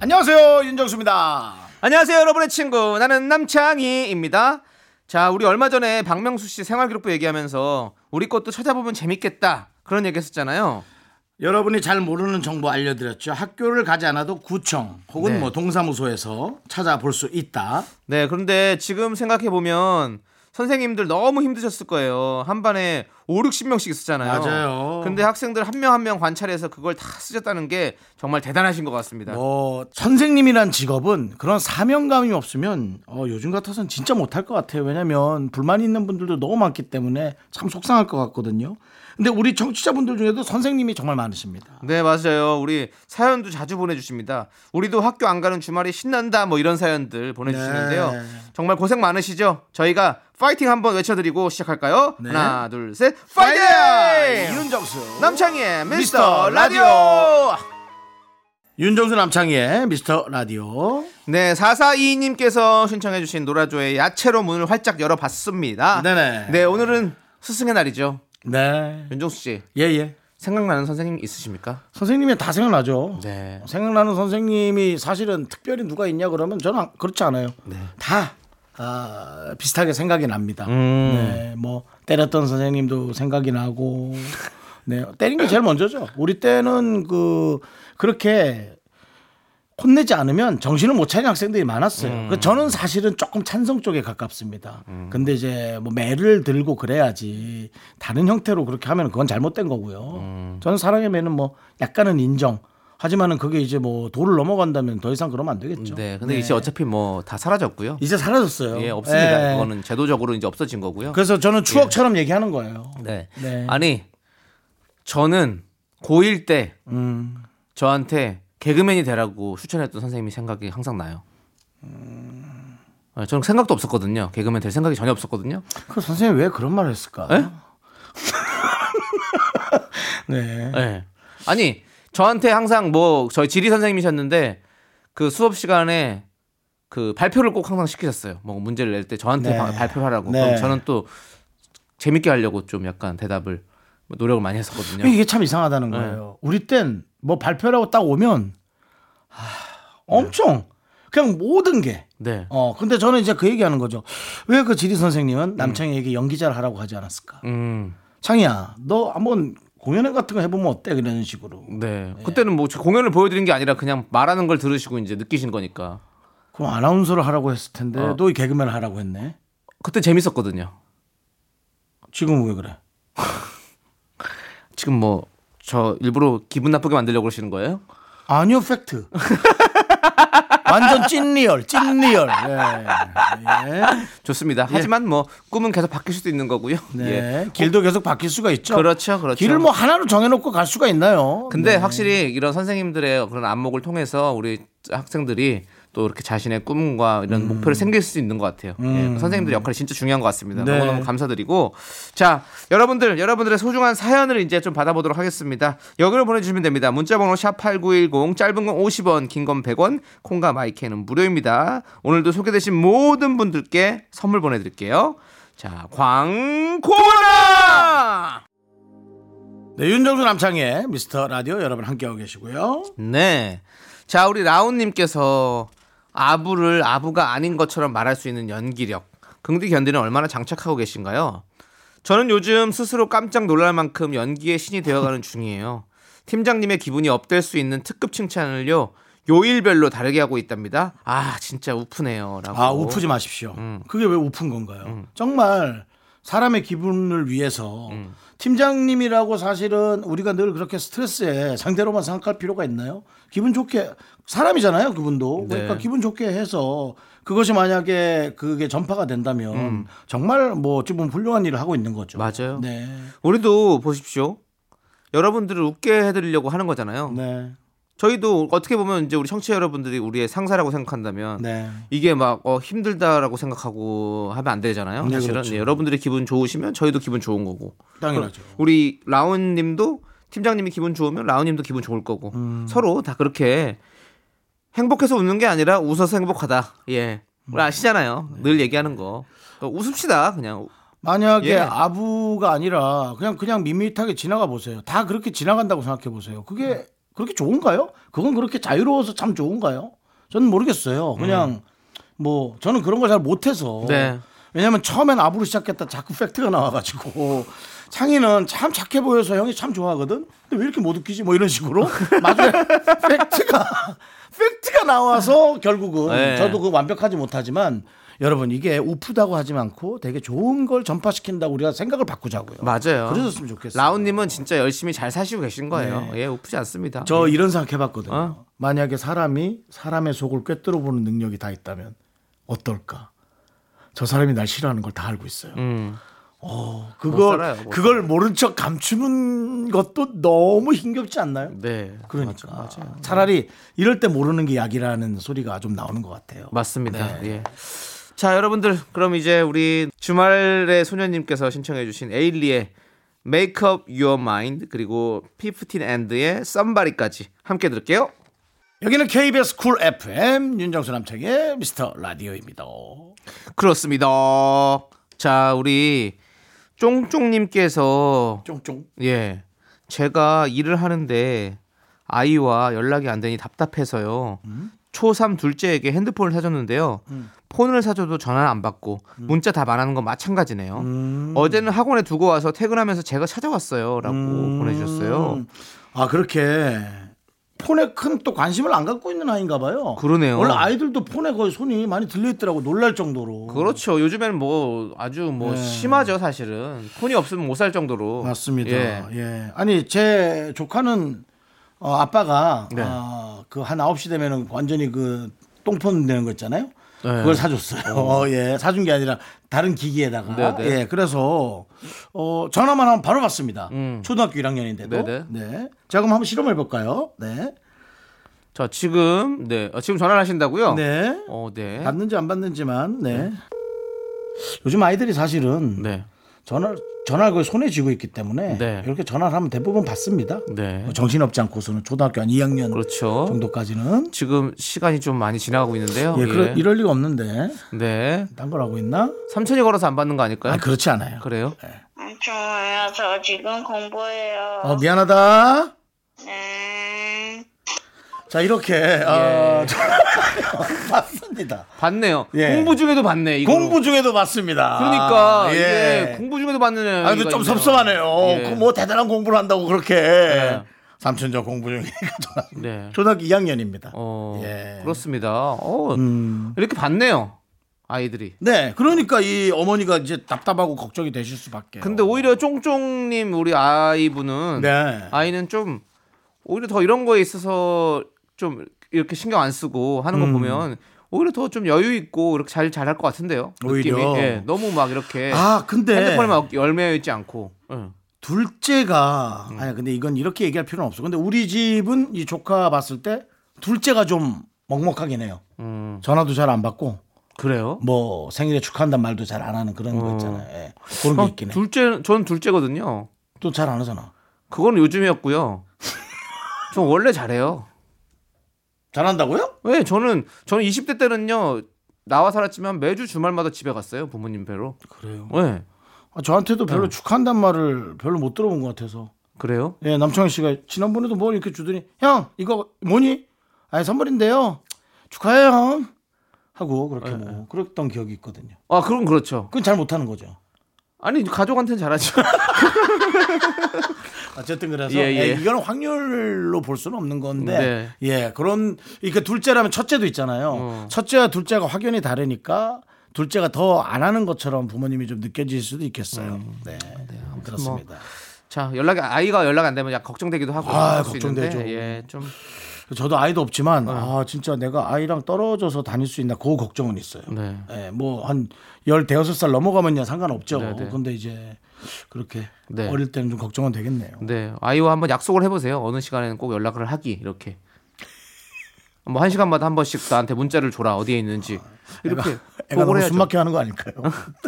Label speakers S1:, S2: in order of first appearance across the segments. S1: 안녕하세요 윤정수입니다.
S2: 안녕하세요, 여러분의 친구. 나는 남창희입니다. 자, 우리 얼마 전에 박명수 씨 생활기록부 얘기하면서 우리 것도 찾아보면 재밌겠다. 그런 얘기 했었잖아요.
S1: 여러분이 잘 모르는 정보 알려드렸죠. 학교를 가지 않아도 구청 혹은
S2: 네.
S1: 뭐 동사무소에서 찾아볼 수 있다.
S2: 네, 그런데 지금 생각해보면 선생님들 너무 힘드셨을 거예요. 한 반에 5, 60명씩 있었잖아요.
S1: 맞아요.
S2: 근데 학생들 한 명 한 명 관찰해서 그걸 다 쓰셨다는 게 정말 대단하신 것 같습니다.
S1: 뭐 선생님이란 직업은 그런 사명감이 없으면 어, 요즘 같아서는 진짜 못할 것 같아요. 왜냐하면 불만 있는 분들도 너무 많기 때문에 참 속상할 것 같거든요. 근데 우리 정치자분들 중에도 선생님이 정말 많으십니다.
S2: 네, 맞아요. 우리 사연도 자주 보내주십니다. 우리도 학교 안 가는 주말이 신난다, 뭐 이런 사연들 보내주시는데요.
S1: 네.
S2: 정말 고생 많으시죠? 저희가 파이팅 한번 외쳐드리고 시작할까요?
S1: 네.
S2: 하나, 둘, 셋,
S1: 파이팅!
S2: 파이팅!
S1: 윤정수
S2: 남창희의
S1: 미스터
S2: 미스터 라디오!
S1: 라디오! 윤정수 남창희의 미스터 라디오.
S2: 네, 4422님께서 신청해주신 노라조의 야채로 문을 활짝 열어봤습니다.
S1: 네네.
S2: 네, 오늘은 스승의 날이죠.
S1: 네.
S2: 윤종수씨,
S1: 예예.
S2: 생각나는 선생님 있으십니까?
S1: 선생님이 다 생각나죠.
S2: 네.
S1: 생각나는 선생님이 사실은 특별히 누가 있냐 그러면 저는 안- 그렇지 않아요. 다 아, 비슷하게 생각이 납니다. 네, 뭐 때렸던 선생님도 생각이 나고, 네 때린 게 제일 먼저죠. 우리 때는 그 그렇게 혼내지 않으면 정신을 못 차리는 학생들이 많았어요.
S2: 음.
S1: 그 저는 사실은 조금 찬성 쪽에 가깝습니다. 근데 이제 뭐 매를 들고 그래야지 다른 형태로 그렇게 하면 그건 잘못된 거고요.
S2: 음.
S1: 저는 사랑의 매는 뭐 약간은 인정. 하지만은 그게 이제 뭐 도를 넘어간다면 더 이상 그러면 안 되겠죠.
S2: 네, 근데 이제 어차피 뭐 다 사라졌고요.
S1: 이제 사라졌어요.
S2: 예, 없습니다.
S1: 예.
S2: 그거는 제도적으로 이제 없어진 거고요.
S1: 그래서 저는 추억처럼 얘기하는 거예요.
S2: 네.
S1: 네.
S2: 아니, 저는 고1 때
S1: 음.
S2: 저한테 개그맨이 되라고 추천했던 선생님이 생각이 항상 나요.
S1: 음.
S2: 아, 저는 생각도 없었거든요. 개그맨 될 생각이 전혀 없었거든요.
S1: 그 선생님 왜 그런 말을 했을까?
S2: 예?
S1: 네.
S2: 네. 아니, 저한테 항상 뭐 저희 지리 선생님이셨는데 그 수업 시간에 그 발표를 꼭 항상 시키셨어요. 뭐 문제를 낼 때 저한테
S1: 네.
S2: 바- 발표하라고.
S1: 네.
S2: 그럼 저는 또 재밌게 하려고 좀 약간 대답을 노력을 많이 했었거든요. 네.
S1: 이게 참 이상하다는 거예요. 우리 땐 뭐 발표라고 딱 오면 하, 엄청 그냥 모든 게.
S2: 네.
S1: 어 근데 저는 이제 그 얘기하는 거죠. 왜 그 지리 선생님은 남창희에게 연기자를 하라고 하지 않았을까?
S2: 음.
S1: 창희야, 너 한번 공연 같은 거 해보면 어때? 그런 식으로.
S2: 네. 그때는 뭐 공연을 보여드린 게 아니라 그냥 말하는 걸 들으시고 이제 느끼신 거니까.
S1: 그럼 아나운서를 하라고 했을 텐데
S2: 어.
S1: 너 개그맨 하라고 했네.
S2: 그때 재밌었거든요.
S1: 지금 왜 그래?
S2: 지금 뭐 저 일부러 기분 나쁘게 만들려고 그러시는 거예요?
S1: 아니요, 팩트. 완전 찐 리얼, 찐 리얼. 예. 예.
S2: 좋습니다. 하지만 뭐 꿈은 계속 바뀔 수도 있는 거고요.
S1: 네.
S2: 예.
S1: 길도 계속 바뀔 수가 있죠.
S2: 그렇죠, 그렇죠.
S1: 길을 뭐 하나로 정해놓고 갈 수가 있나요?
S2: 근데
S1: 네.
S2: 확실히 이런 선생님들의 그런 안목을 통해서 우리 학생들이 또 이렇게 자신의 꿈과 이런
S1: 음.
S2: 목표를 생길 수 있는 것 같아요. 예, 선생님들의 역할이 진짜 중요한 것 같습니다.
S1: 네.
S2: 너무너무 감사드리고 자 여러분들 여러분들의 소중한 사연을 이제 좀 받아보도록 하겠습니다. 여기로 보내주시면 됩니다. 문자번호 샵 #8910 짧은 건 50원, 긴 건 100원, 콩과 마이크는 무료입니다. 오늘도 소개되신 모든 분들께 선물 보내드릴게요. 자 광고라.
S1: 네, 윤정수 남창의 미스터 라디오 여러분 함께하고 계시고요.
S2: 네. 자, 우리 라온님께서 아부를 아부가 아닌 것처럼 말할 수 있는 연기력. 긍디 견디는 얼마나 장착하고 계신가요? 저는 요즘 스스로 깜짝 놀랄 만큼 연기의 신이 되어가는 중이에요. 팀장님의 기분이 업될 수 있는 특급 칭찬을요. 요일별로 다르게 하고 있답니다. 아, 진짜 우프네요. 라고. 음.
S1: 아, 우프지 마십시오. 그게 왜 우픈 건가요? 정말 사람의 기분을 위해서
S2: 음.
S1: 팀장님이라고 사실은 우리가 늘 그렇게 스트레스에 상대로만 생각할 필요가 있나요? 기분 좋게 사람이잖아요, 그분도. 그러니까
S2: 네.
S1: 기분 좋게 해서 그것이 만약에 그게 전파가 된다면 정말 뭐 어찌 보면 훌륭한 일을 하고 있는 거죠.
S2: 음. 맞아요.
S1: 네.
S2: 우리도 보십시오. 여러분들을 웃게 해드리려고 하는 거잖아요.
S1: 네.
S2: 저희도 어떻게 보면 이제 우리 청취자 여러분들이 우리의 상사라고 생각한다면
S1: 네.
S2: 이게 막 어, 힘들다라고 생각하고 하면 안 되잖아요.
S1: 네,
S2: 사실은
S1: 그렇죠.
S2: 네, 여러분들이 기분 좋으시면 저희도 기분 좋은 거고.
S1: 당연하죠.
S2: 그럼 우리 라온님도 팀장님이 기분 좋으면 라온님도 기분 좋을 거고
S1: 음.
S2: 서로 다 그렇게 행복해서 웃는 게 아니라 웃어서 행복하다. 예,
S1: 음.
S2: 우리 아시잖아요.
S1: 네.
S2: 늘 얘기하는 거. 그러니까 웃읍시다 그냥.
S1: 만약에
S2: 예.
S1: 아부가 아니라 그냥 그냥 밋밋하게 지나가 보세요. 다 그렇게 지나간다고 생각해 보세요. 그게
S2: 음.
S1: 그렇게 좋은가요? 그건 그렇게 자유로워서 참 좋은가요? 저는 모르겠어요. 그냥 뭐 저는 그런 걸 잘 못해서
S2: 음. 네.
S1: 왜냐하면 처음엔 아부로 시작했다 자꾸 팩트가 나와가지고 창이는 참 착해 보여서 형이 참 좋아하거든. 근데 왜 이렇게 못 웃기지? 뭐 이런 식으로 나중에 팩트가 팩트가 나와서 결국은
S2: 네.
S1: 저도 그 완벽하지 못하지만 여러분 이게 우프다고 하지 않고 되게 좋은 걸 전파시킨다 우리가 생각을 바꾸자고요.
S2: 맞아요.
S1: 그러셨으면 좋겠어요. 네.
S2: 라온님은 진짜 열심히 잘 사시고 계신 거예요. 예, 웃지 않습니다.
S1: 저 이런 생각 해봤거든요.
S2: 어?
S1: 만약에 사람이 사람의 속을 꿰뚫어 보는 능력이 다 있다면 어떨까? 저 사람이 날 싫어하는 걸 다 알고 있어요.
S2: 음. 못
S1: 그걸
S2: 살아요, 못
S1: 그걸 모른 척 감추는 것도 너무 힘겹지 않나요?
S2: 네,
S1: 그러니까 차라리 이럴 때 모르는 게 약이라는 소리가 좀 나오는 것 같아요.
S2: 맞습니다. 예. 자, 여러분들 그럼 이제 우리 주말의 소녀님께서 신청해주신 에일리의 Make Up Your Mind 그리고 피프틴 앤드의 Somebody까지 함께 들을게요.
S1: 여기는 KBS 쿨 FM 윤정수 남창의 미스터 라디오입니다.
S2: 그렇습니다. 자, 우리 쫑쫑님께서
S1: 쫑쫑.
S2: 예. 제가 일을 하는데 아이와 연락이 안 되니 답답해서요.
S1: 음?
S2: 초3 둘째에게 핸드폰을 사줬는데요. 폰을 사줘도 전화를 안 받고
S1: 음.
S2: 문자 답 안 하는 건 마찬가지네요. 어제는 학원에 두고 와서 퇴근하면서 제가 찾아왔어요. 라고 보내주셨어요.
S1: 음. 아 그렇게 폰에 큰 또 관심을 안 갖고 있는 아이인가 봐요.
S2: 그러네요.
S1: 어. 원래 아이들도 폰에 거의 손이 많이 들려 있더라고 놀랄 정도로.
S2: 그렇죠. 요즘에는 뭐 아주 뭐 심하죠 사실은. 폰이 없으면 못 살 정도로.
S1: 네. 맞습니다.
S2: 예.
S1: 예. 아니 제 조카는 어, 아빠가 어,
S2: 네.
S1: 그한 9시 되면은 완전히 그 똥폰 되는 거 있잖아요.
S2: 네.
S1: 그걸 사줬어요. 어, 예. 사준 게 아니라 다른 기기에다가.
S2: 네, 네.
S1: 예. 그래서 어, 전화만 하면 바로 받습니다.
S2: 음.
S1: 초등학교 1학년인데도.
S2: 네, 네.
S1: 자, 그럼 한번 실험해 볼까요? 네.
S2: 자 지금 네 어, 지금 전화를 하신다고요?
S1: 네.
S2: 어 네.
S1: 받는지 안 받는지만 네. 요즘 아이들이 사실은
S2: 네.
S1: 전화 전화를 거의 손에 쥐고 있기 때문에
S2: 네.
S1: 이렇게 전화를 하면 대부분 받습니다. 뭐
S2: 네.
S1: 정신없지 않고서는 초등학교 한 2학년
S2: 그렇죠.
S1: 정도까지는
S2: 지금 시간이 좀 많이 지나가고 있는데요.
S1: 예, 그럴-
S2: 예.
S1: 이럴 리가 없는데
S2: 네.
S1: 딴 걸 하고 있나?
S2: 삼촌이 걸어서 안 받는 거 아닐까요?
S1: 아 그렇지 않아요. 예.
S2: 그... 래요
S3: 아, 좋아요. 저 지금 공부해요.
S1: 어, 미안하다.
S3: 네.
S1: 자 이렇게
S2: 예.
S1: 어, 전화를 받습니다.
S2: 받네요.
S1: 예.
S2: 공부 중에도 받네. 이거.
S1: 공부 중에도 받습니다.
S2: 그러니까
S1: 아,
S2: 이게 공부 중에도 받는.
S1: 아, 근데
S2: 애가
S1: 좀
S2: 있네요.
S1: 섭섭하네요.
S2: 예.
S1: 그 뭐 대단한 공부를 한다고 그렇게 삼촌 저 공부 중이니까 전화.
S2: 네.
S1: 초등학교 2학년입니다.
S2: 어.
S1: 예. 음.
S2: 그렇습니다. 어. 이렇게 받네요. 아이들이.
S1: 네, 그러니까 이 어머니가 이제 답답하고 걱정이 되실 수밖에.
S2: 근데 오히려 쫑쫑님 우리 아이분은
S1: 어. 네.
S2: 아이는 좀 오히려 더 이런 거에 있어서 좀 이렇게 신경 안 쓰고 하는
S1: 음.
S2: 거 보면 오히려 더 좀 여유 있고 이렇게 잘 잘할 것 같은데요. 느낌이.
S1: 오히려.
S2: 예, 너무 막 이렇게
S1: 아, 근데
S2: 핸드폰에 막 열매여 있지 않고. 예.
S1: 둘째가
S2: 음.
S1: 아니 근데 이건 이렇게 얘기할 필요는 없어. 근데 우리 집은 이 조카 봤을 때 둘째가 좀 먹먹하긴 해요.
S2: 음,
S1: 전화도 잘 안 받고
S2: 그래요?
S1: 뭐 생일에 축하한다는 말도 잘 안 하는 그런 거 있잖아요. 예. 그런 게
S2: 어,
S1: 있긴 해.
S2: 둘째 저는 둘째거든요.
S1: 또 잘 안 하잖아.
S2: 그건 요즘이었고요. 저 원래 잘해요.
S1: 잘한다고요?
S2: 왜 저는 저는 20대 때는요 나와 살았지만 매주 주말마다 집에 갔어요 부모님 뵈러. 예.
S1: 그래요. 어.
S2: 왜
S1: 아, 저한테도 별로 축하한다는 말을 별로 못 들어본 것 같아서.
S2: 그래요?
S1: 예, 남창희 씨가 지난번에도 뭘 이렇게 주더니 형 이거 뭐니? 아 선물인데요. 축하해요 형. 하고 그렇게 뭐 그랬던 기억이 있거든요.
S2: 아 그럼 그렇죠.
S1: 그건 잘 못하는 거죠.
S2: 아니 가족한테는 잘하죠.
S1: 어쨌든 그래서
S2: 예, 예. 네.
S1: 예, 이건 확률로 볼 수는 없는 건데 예 그런 그러니까 둘째라면 첫째도 있잖아요.
S2: 어.
S1: 첫째와 둘째가 확연히 다르니까 둘째가 더 안 하는 것처럼 부모님이 좀 느껴질 수도 있겠어요.
S2: 음.
S1: 네,
S2: 뭐
S1: 그렇습니다.
S2: 자 연락이 아이가 연락 안 되면 약 걱정되기도 하고
S1: 아,
S2: 할수 있는데,
S1: 걱정되죠.
S2: 예, 좀
S1: 저도 아이도 없지만
S2: 어.
S1: 아 진짜 내가 아이랑 떨어져서 다닐 수 있나 그 걱정은 있어요.
S2: 네.
S1: 예, 뭐한 열 대여섯 살 넘어가면야 상관없죠.
S2: 네, 네.
S1: 근데 이제 그렇게
S2: 네. 음.
S1: 어릴 때는 좀 걱정은 되겠네요.
S2: 네, 아이와 한번 약속을 해보세요. 어느 시간에는 꼭 연락을 하기 이렇게 뭐 한 시간마다 한 번씩 나한테 문자를 줘라 어디에 있는지 이렇게
S1: 애가
S2: 보고를
S1: 너무
S2: 해야죠.
S1: 숨 막혀 하는 거 아닐까요?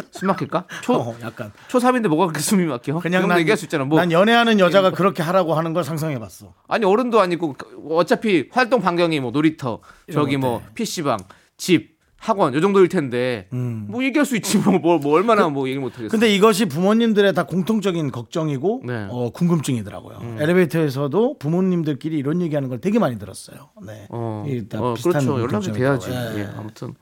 S2: 숨 막힐까? 초
S1: 어, 약간
S2: 초삼인데 뭐가 그렇게 숨이 막혀? 그냥
S1: 그냥
S2: 정도
S1: 난,
S2: 얘기할 수 있잖아. 뭐
S1: 난 연애하는 여자가 그렇게 하라고 하는 걸 상상해봤어.
S2: 아니 어른도 아니고 그- 어차피 활동 반경이 뭐 놀이터 저기 뭐 PC방 집 학원 요 정도일 텐데 뭐 얘기할 수 있지 뭐, 뭐, 뭐 얼마나 뭐 얘기 못 하겠어.
S1: 음. 그 근데 이것이 부모님들의 다 공통적인 걱정이고
S2: 네. 음.
S1: 어, 궁금증이더라고요. 엘리베이터에서도 부모님들끼리 이런 얘기하는 걸 되게 많이 들었어요. 네,
S2: 어,
S1: 이게 다
S2: 어,
S1: 비슷한
S2: 그렇죠. 연락이 돼야지.
S1: 걱정이더라고요. 예.
S2: 예, 아무튼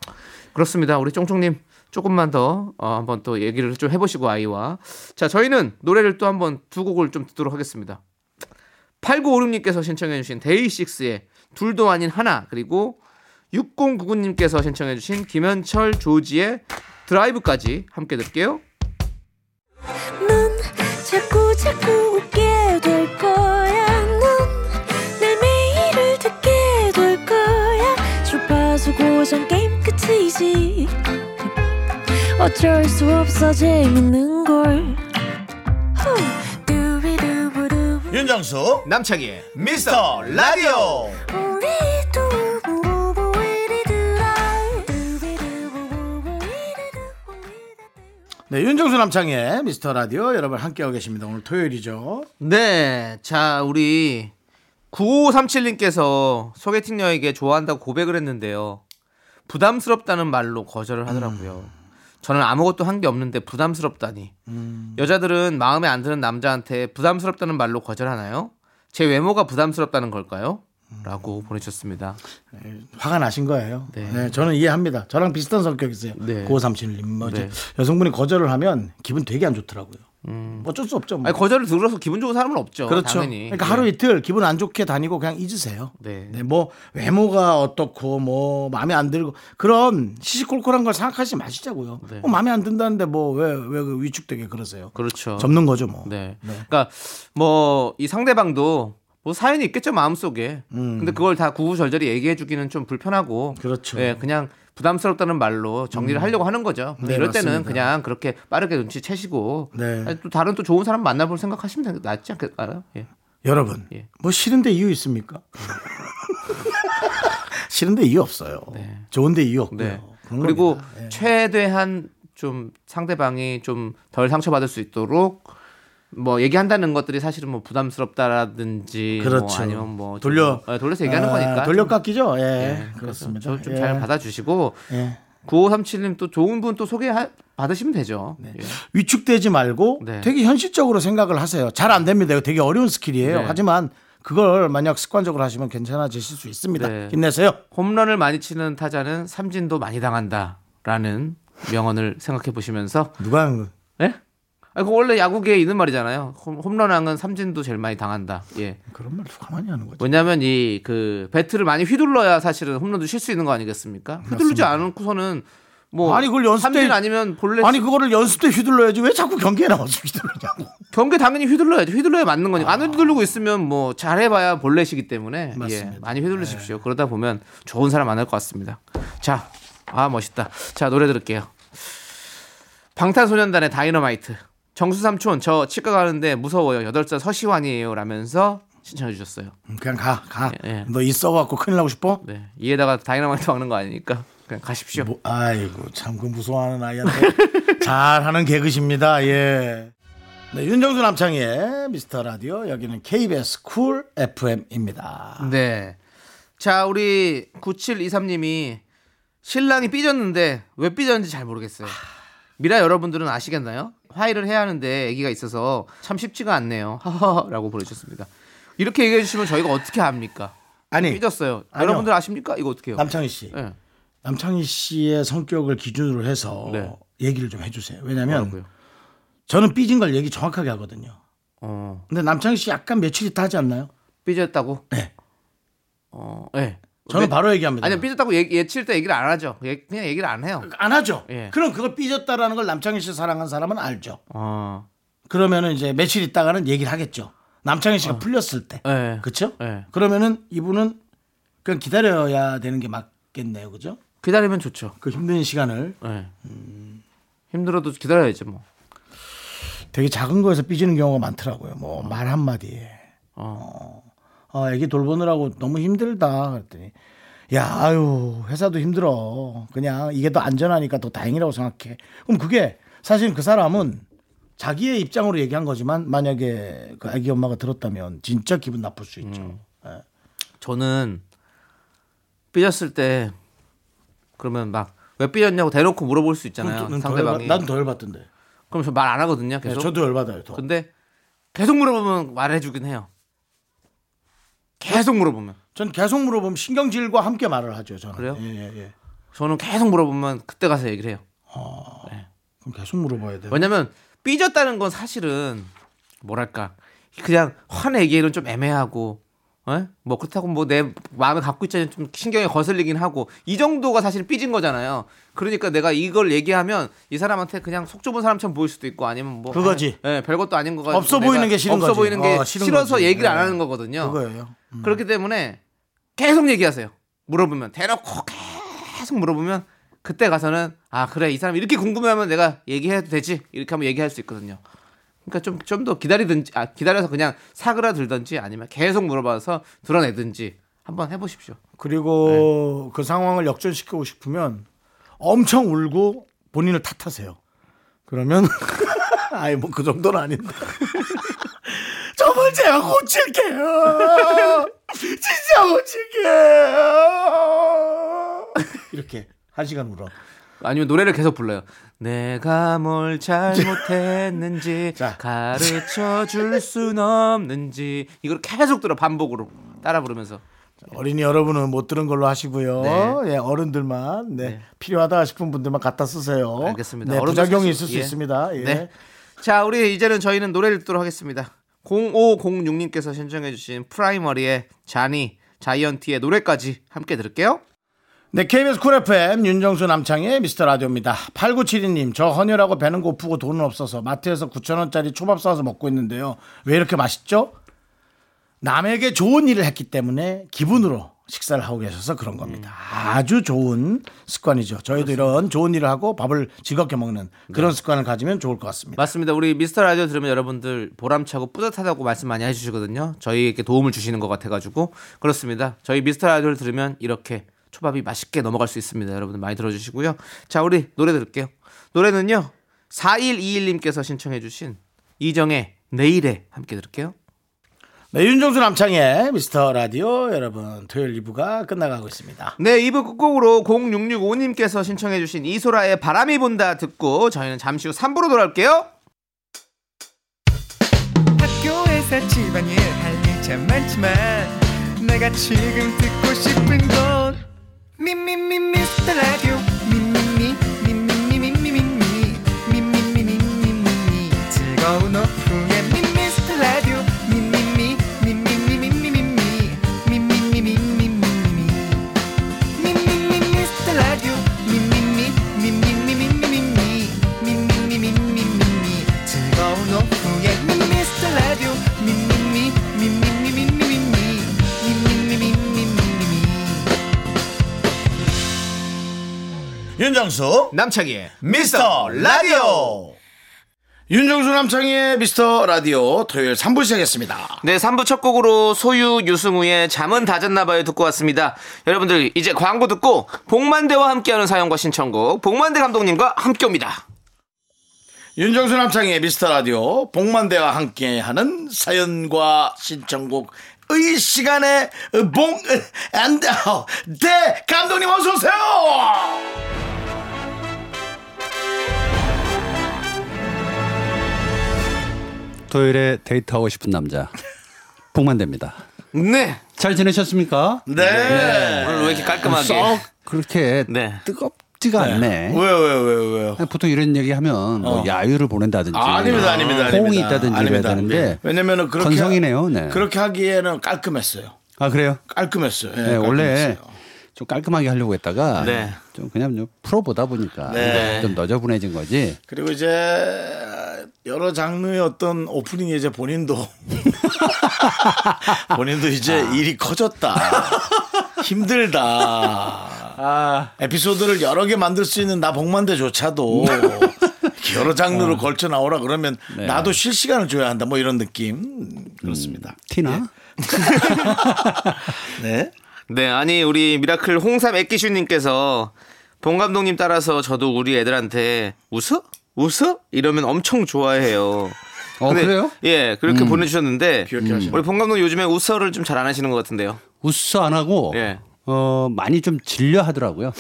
S2: 그렇습니다. 우리 쫑쫑님 조금만 더 어, 한번 또 얘기를 좀 해보시고 아이와 자 저희는 노래를 또 한번 두 곡을 좀 듣도록 하겠습니다. 8956님께서 신청해주신 데이식스의 둘도 아닌 하나 그리고 6099님께서 신청해주신 김현철 조지의 드라이브까지 함께 들게요.
S4: 넌 자꾸 자꾸 웃게 될 거야. 넌내 매일을 듣게 될 거야. 주파수 고정 게임 끝이지. 어쩔 수 없어 재밌는 걸. 후. 두비두부두.
S5: 윤정수
S2: 남창희의
S5: 미스터 라디오
S4: 우리 두부부부 우리들아. 두비두부부부 우리들아.
S1: 네, 윤정수 남창의 미스터 라디오 여러분 함께하고 계십니다. 오늘 토요일이죠.
S2: 네, 자 우리 9537님께서 소개팅 여에게 좋아한다고 고백을 했는데요. 부담스럽다는 말로 거절을 하더라고요.
S1: 음.
S2: 저는 아무것도 한 게 없는데 부담스럽다니.
S1: 음.
S2: 여자들은 마음에 안 드는 남자한테 부담스럽다는 말로 거절하나요? 제 외모가 부담스럽다는 걸까요?
S1: 음.
S2: 라고 보내셨습니다.
S1: 화가 나신 거예요.
S2: 네.
S1: 네. 저는 이해합니다. 저랑 비슷한 성격이세요.
S2: 네.
S1: 9537님. 뭐 이제
S2: 네.
S1: 여성분이 거절을 하면 기분 되게 안 좋더라고요. 어쩔 수 없죠. 뭐.
S2: 음. 아니 거절을 들어서 기분 좋은 사람은 없죠.
S1: 그렇죠.
S2: 당연히.
S1: 그러니까
S2: 예.
S1: 하루 이틀 기분 안 좋게 다니고 그냥 잊으세요.
S2: 네.
S1: 네. 뭐 외모가 어떻고 뭐 마음에 안 들고 그런 시시콜콜한 걸 생각하지 마시자고요.
S2: 네.
S1: 어, 마음에 안 든다는데 뭐 왜 왜 위축되게 그러세요?
S2: 그렇죠.
S1: 접는 거죠 뭐.
S2: 네. 그러니까 뭐 이 상대방도 뭐 사연이 있겠죠 마음속에. 근데 그걸 다 구구절절히 얘기해 주기는 좀 불편하고.
S1: 그렇죠. 음.
S2: 예, 그냥 부담스럽다는 말로 정리를 하려고 하는 거죠.
S1: 네,
S2: 이럴 때는
S1: 맞습니다.
S2: 그냥 그렇게 빠르게 눈치 채시고
S1: 네.
S2: 아니, 또 다른 또 좋은 사람 만나볼 생각하시면 낫지 않을까요? 예.
S1: 여러분
S2: 예. 음.
S1: 뭐 싫은데 이유 있습니까? 싫은데 이유 없어요. 좋은데 이유 없고요.
S2: 네.
S1: 어, 그런
S2: 그리고
S1: 겁니다. 예.
S2: 최대한 좀 상대방이 좀 덜 상처받을 수 있도록 뭐 얘기한다는 것들이 사실은 뭐 부담스럽다라든지 뭐
S1: 그렇죠.
S2: 아니면 뭐 좀-
S1: 돌려
S2: 예, 돌려서 얘기하는
S1: 아,
S2: 거니까
S1: 돌려깎기죠. 예,
S2: 네, 그래서
S1: 그렇습니다.
S2: 좀
S1: 예.
S2: 잘 받아주시고
S1: 예.
S2: 9537님 또 좋은 분 또 소개 받으시면 되죠.
S1: 네.
S2: 예.
S1: 위축되지 말고
S2: 네.
S1: 되게 현실적으로 생각을 하세요. 잘 안 됩니다. 이거 되게 어려운 스킬이에요.
S2: 네.
S1: 하지만 그걸 만약 습관적으로 하시면 괜찮아지실 수 있습니다.
S2: 네.
S1: 힘내세요.
S2: 홈런을 많이 치는 타자는 삼진도 많이 당한다라는 명언을 생각해 보시면서
S1: 누가 하는 거?
S2: 예? 아, 그 원래 야구계에 있는 말이잖아요. 홈- 홈런왕은 삼진도 제일 많이 당한다. 예.
S1: 그런 말 누가 많이 하는 거죠?
S2: 왜냐하면 이 그 배트를 많이 휘둘러야 사실은 홈런도 칠 수 있는 거 아니겠습니까? 휘두르지 않고서는 뭐
S1: 아니, 그걸 연습 때-
S2: 삼진 아니면 본래
S1: 아니 그거를 연습 때 휘둘러야지 왜 자꾸 경기에 나와서 휘둘러냐고.
S2: 경기 당연히 휘둘러야죠. 휘둘러야 맞는 거니까. 안 휘두르고 있으면 뭐 잘해봐야 벌레시기 때문에 예,
S1: 아. 맞습니다. 네.
S2: 많이 휘둘르십시오. 그러다 보면 좋은 사람 만날 것 같습니다. 자, 아 멋있다. 자 노래 들을게요. 방탄소년단의 다이너마이트. 정수 삼촌 저 치과 가는데 무서워요. 여덟 살 서시환이에요. 라면서 신청해 주셨어요.
S1: 음, 그냥 가 가.
S2: 예, 예.
S1: 너 있어갖고 큰일 나고 싶어?
S2: 네 이에다가 다이너마이트 막는 거 아니니까 그냥 가십시오.
S1: 뭐, 아이고 참 그 무서워하는 아이한테 잘하는 개그십니다. 예. 네, 윤정수 남창희의 미스터 라디오 여기는 KBS 쿨 FM입니다.
S2: 네. 자, 우리 9723님이 신랑이 삐졌는데 왜 삐졌는지 잘 모르겠어요. 미라 여러분들은 아시겠나요? 화해를 해야 하는데 아기가 있어서 참 쉽지가 않네요. 하하라고 보내주셨습니다. 이렇게 얘기해 주시면 저희가 어떻게 합니까?
S1: 아니
S2: 삐졌어요.
S1: 네. 아니요.
S2: 여러분들 아십니까? 이거 어떻게 해요?
S1: 남창희 네. 씨.
S2: 예.
S1: 남창희 씨의 성격을 기준으로 해서
S2: 네.
S1: 얘기를 좀 해주세요. 왜냐면
S2: 뭐라고요?
S1: 저는 삐진 걸 얘기 정확하게 하거든요.
S2: 어,
S1: 근데 남창희 씨 약간 며칠 있다 하지 않나요?
S2: 삐졌다고?
S1: 네.
S2: 어, 예.
S1: 저는
S2: 왜-
S1: 바로 얘기합니다.
S2: 아니요, 삐졌다고 얘기, 예칠 때 얘기를 안 하죠. 얘- 그냥 얘기를 안 해요.
S1: 안 하죠.
S2: 예.
S1: 그럼 그걸 삐졌다라는 걸 남창희 씨 사랑한 사람은 알죠.
S2: 어,
S1: 그러면은 이제 며칠 있다가는 얘기를 하겠죠. 남창희 씨가 풀렸을 때.
S2: 어. 예.
S1: 그렇죠?
S2: 예.
S1: 그러면은 이분은 그냥 기다려야 되는 게 맞겠네요. 그죠?
S2: 기다리면 좋죠.
S1: 그 힘든 시간을
S2: 예.
S1: 음.
S2: 힘들어도 기다려야지 뭐.
S1: 되게 작은 거에서 삐지는 경우가 많더라고요. 뭐 말 한마디에.
S2: 어.
S1: 어, 애기 돌보느라고 너무 힘들다 그랬더니 야, 아유, 회사도 힘들어. 그냥 이게 더 안전하니까 더 다행이라고 생각해. 그럼 그게 사실 그 사람은 자기의 입장으로 얘기한 거지만 만약에 그 아기 엄마가 들었다면 진짜 기분 나쁠 수 있죠.
S2: 음. 저는 삐졌을 때 그러면 막 왜 삐졌냐고 대놓고 물어볼 수 있잖아요. 상대방이.
S1: 난더 열받던데. 네,
S2: 그럼 저 말 안 하거든요. 계속. 그-
S1: 저도 열받아요. 더.
S2: 근데 계속 물어보면 말해주긴 해요. 계속 물어보면.
S1: 전 계속 물어보면 신경질과 함께 말을 하죠. 저는.
S2: 그래요?
S1: 예, 예, 예.
S2: 저는 계속 물어보면 그때 가서 얘기를 해요.
S1: 그럼 계속 물어봐야 돼요.
S2: 왜냐면 삐졌다는 건 사실은 뭐랄까 그냥 화내기에는 좀 애매하고 어? 뭐 그렇다고 뭐 내 마음에 갖고 있자니 좀 신경이 거슬리긴 하고 이 정도가 사실 삐진 거잖아요. 그러니까 내가 이걸 얘기하면 이 사람한테 그냥 속 좁은 사람처럼 보일 수도 있고 아니면 뭐
S1: 그거지.
S2: 예, 별것도 아닌 거가
S1: 없어 보이는 게 싫은
S2: 없어
S1: 거지.
S2: 보이는 게
S1: 어, 싫은
S2: 싫어서
S1: 거지.
S2: 얘기를 안
S1: 네.
S2: 하는 거거든요.
S1: 그거예요. 음.
S2: 그렇기 때문에 계속 얘기하세요. 물어보면 대놓고 계속 물어보면 그때 가서는 아 그래 이 사람 이렇게 궁금해하면 내가 얘기해도 되지 이렇게 하면 얘기할 수 있거든요. 그러니까 좀 좀 더 기다리든지 아, 기다려서 그냥 사그라들든지 아니면 계속 물어봐서 드러내든지 한번 해보십시오. 네.
S1: 그리고 그 상황을 역전시키고 싶으면 엄청 울고 본인을 탓하세요. 그러면 아이 뭐 그 정도는 아닌데. 저걸 제가 고칠게요. 진짜 고칠게요. 이렇게 한 시간 울어.
S2: 아니면 노래를 계속 불러요. 내가 뭘 잘못했는지
S1: 자.
S2: 가르쳐 줄 순 없는지 이걸 계속 들어 반복으로 따라 부르면서
S1: 어린이 여러분은 못 들은 걸로 하시고요.
S2: 네.
S1: 예, 어른들만 네, 필요하다 싶은 분들만 갖다 쓰세요.
S2: 알겠습니다.
S1: 네,
S2: 어른들
S1: 부작용이
S2: 쓰시-
S1: 있을 수
S2: 예.
S1: 있습니다. 예.
S2: 네. 자, 우리 이제는 저희는 노래를 듣도록 하겠습니다. 0506님께서 신청해주신 프라이머리의 자니, 자이언티의 노래까지 함께 들을게요.
S1: 네, KBS 쿨 FM 윤정수 남창의 미스터 라디오입니다. 8972님, 저 헌혈하고 배는 고프고 돈은 없어서 마트에서 9천원짜리 초밥 사와서 먹고 있는데요. 왜 이렇게 맛있죠? 남에게 좋은 일을 했기 때문에 기분으로 식사를 하고 계셔서 그런 겁니다.
S5: 음.
S1: 아주 좋은 습관이죠. 저희도 이런 좋은 일을 하고 밥을 즐겁게 먹는
S5: 네.
S1: 그런 습관을 가지면 좋을 것 같습니다.
S2: 맞습니다. 우리 미스터 라디오 들으면 여러분들 보람차고 뿌듯하다고 말씀 많이 해주시거든요. 저희에게 도움을 주시는 것 같아가지고. 그렇습니다. 저희 미스터 라디오를 들으면 이렇게 초밥이 맛있게 넘어갈 수 있습니다. 여러분들 많이 들어주시고요. 자, 우리 노래 들을게요. 노래는요, 4121님께서 신청해주신 이정의 내일에 함께 들을게요.
S1: 네, 윤정수 남창의 미스터 라디오 여러분 토요일 2부가 끝나가고 있습니다.
S2: 네, 2부 끝곡으로 0665님께서 신청해주신 이소라의 바람이 분다 듣고 저희는 잠시 후 3부로 돌아올게요.
S6: 학교에서 집안일 할 일 참 많지만 내가 지금 듣고 싶은 건 미미미 미스터 라디오 미미미 미미미 미미미 미미미 미미미 즐거운 오후에 미스터 라디오 미미미 미미미 미미미 미미미 미미미
S5: 윤정수
S2: 남창희의
S5: 미스터 라디오
S1: 윤정수 남창의 미스터 라디오 토요일 3부 시작했습니다.
S2: 네, 3부 첫 곡으로 소유 유승우의 잠은 다잤나봐요 듣고 왔습니다. 여러분들 이제 광고 듣고 복만대와 함께하는 사연과 신청곡 복만대 감독님과 함께 옵니다.
S1: 윤정수 남창의 미스터 라디오 복만대와 함께하는 사연과 신청곡의 시간에 봉 안대 대 감독님 어서 오세요.
S7: 토요일에 데이트하고 싶은 남자 복만대입니다.
S2: 네,
S7: 잘 지내셨습니까?
S1: 네.
S2: 오늘 왜 이렇게 깔끔하게.
S7: 썩 그렇게
S2: 네.
S7: 뜨겁지가 않네.
S1: 왜요 왜요 왜요 왜요.
S7: 보통 이런 얘기하면 뭐 야유를 보낸다든지 뭐
S1: 아, 아닙니다, 아닙니다, 아닙니다.
S7: 호응이 있다든지 이래야
S1: 아닙니다.
S7: 되는데
S1: 왜냐면은 그렇게
S7: 건성이네요, 네.
S1: 그렇게 하기에는 깔끔했어요.
S7: 아 그래요?
S1: 깔끔했어요. 예,
S7: 네, 원래
S1: 깔끔했어요.
S7: 좀 깔끔하게 하려고 했다가
S2: 네.
S7: 좀 그냥 좀 풀어보다 보니까
S1: 네.
S7: 좀 너저분해진 거지.
S1: 그리고 이제 여러 장르의 어떤 오프닝에 이제 본인도 아. 본인도 이제 일이 커졌다 힘들다 아. 에피소드를 여러 개 만들 수 있는 나 복만대조차도 여러 장르로 걸쳐 나오라 그러면
S7: 네. 음,
S1: 나도 쉴 시간을 줘야 한다 예. 뭐 이런 느낌 그렇습니다
S7: 티나?
S1: 네
S2: 네, 아니 우리 미라클 홍삼 액기슈님께서 봉 감독님 따라서 저도 우리 애들한테 웃어? 웃어? 이러면 엄청 좋아해요.
S7: 어, 그래요? 음.
S2: 예, 그렇게 보내주셨는데
S1: 귀엽게 하시네.
S2: 우리 봉 감독 요즘에 웃어를 좀 잘 안 하시는 것 같은데요.
S7: 웃어 안 하고
S2: 예,
S7: 어 많이 좀 질려 하더라고요.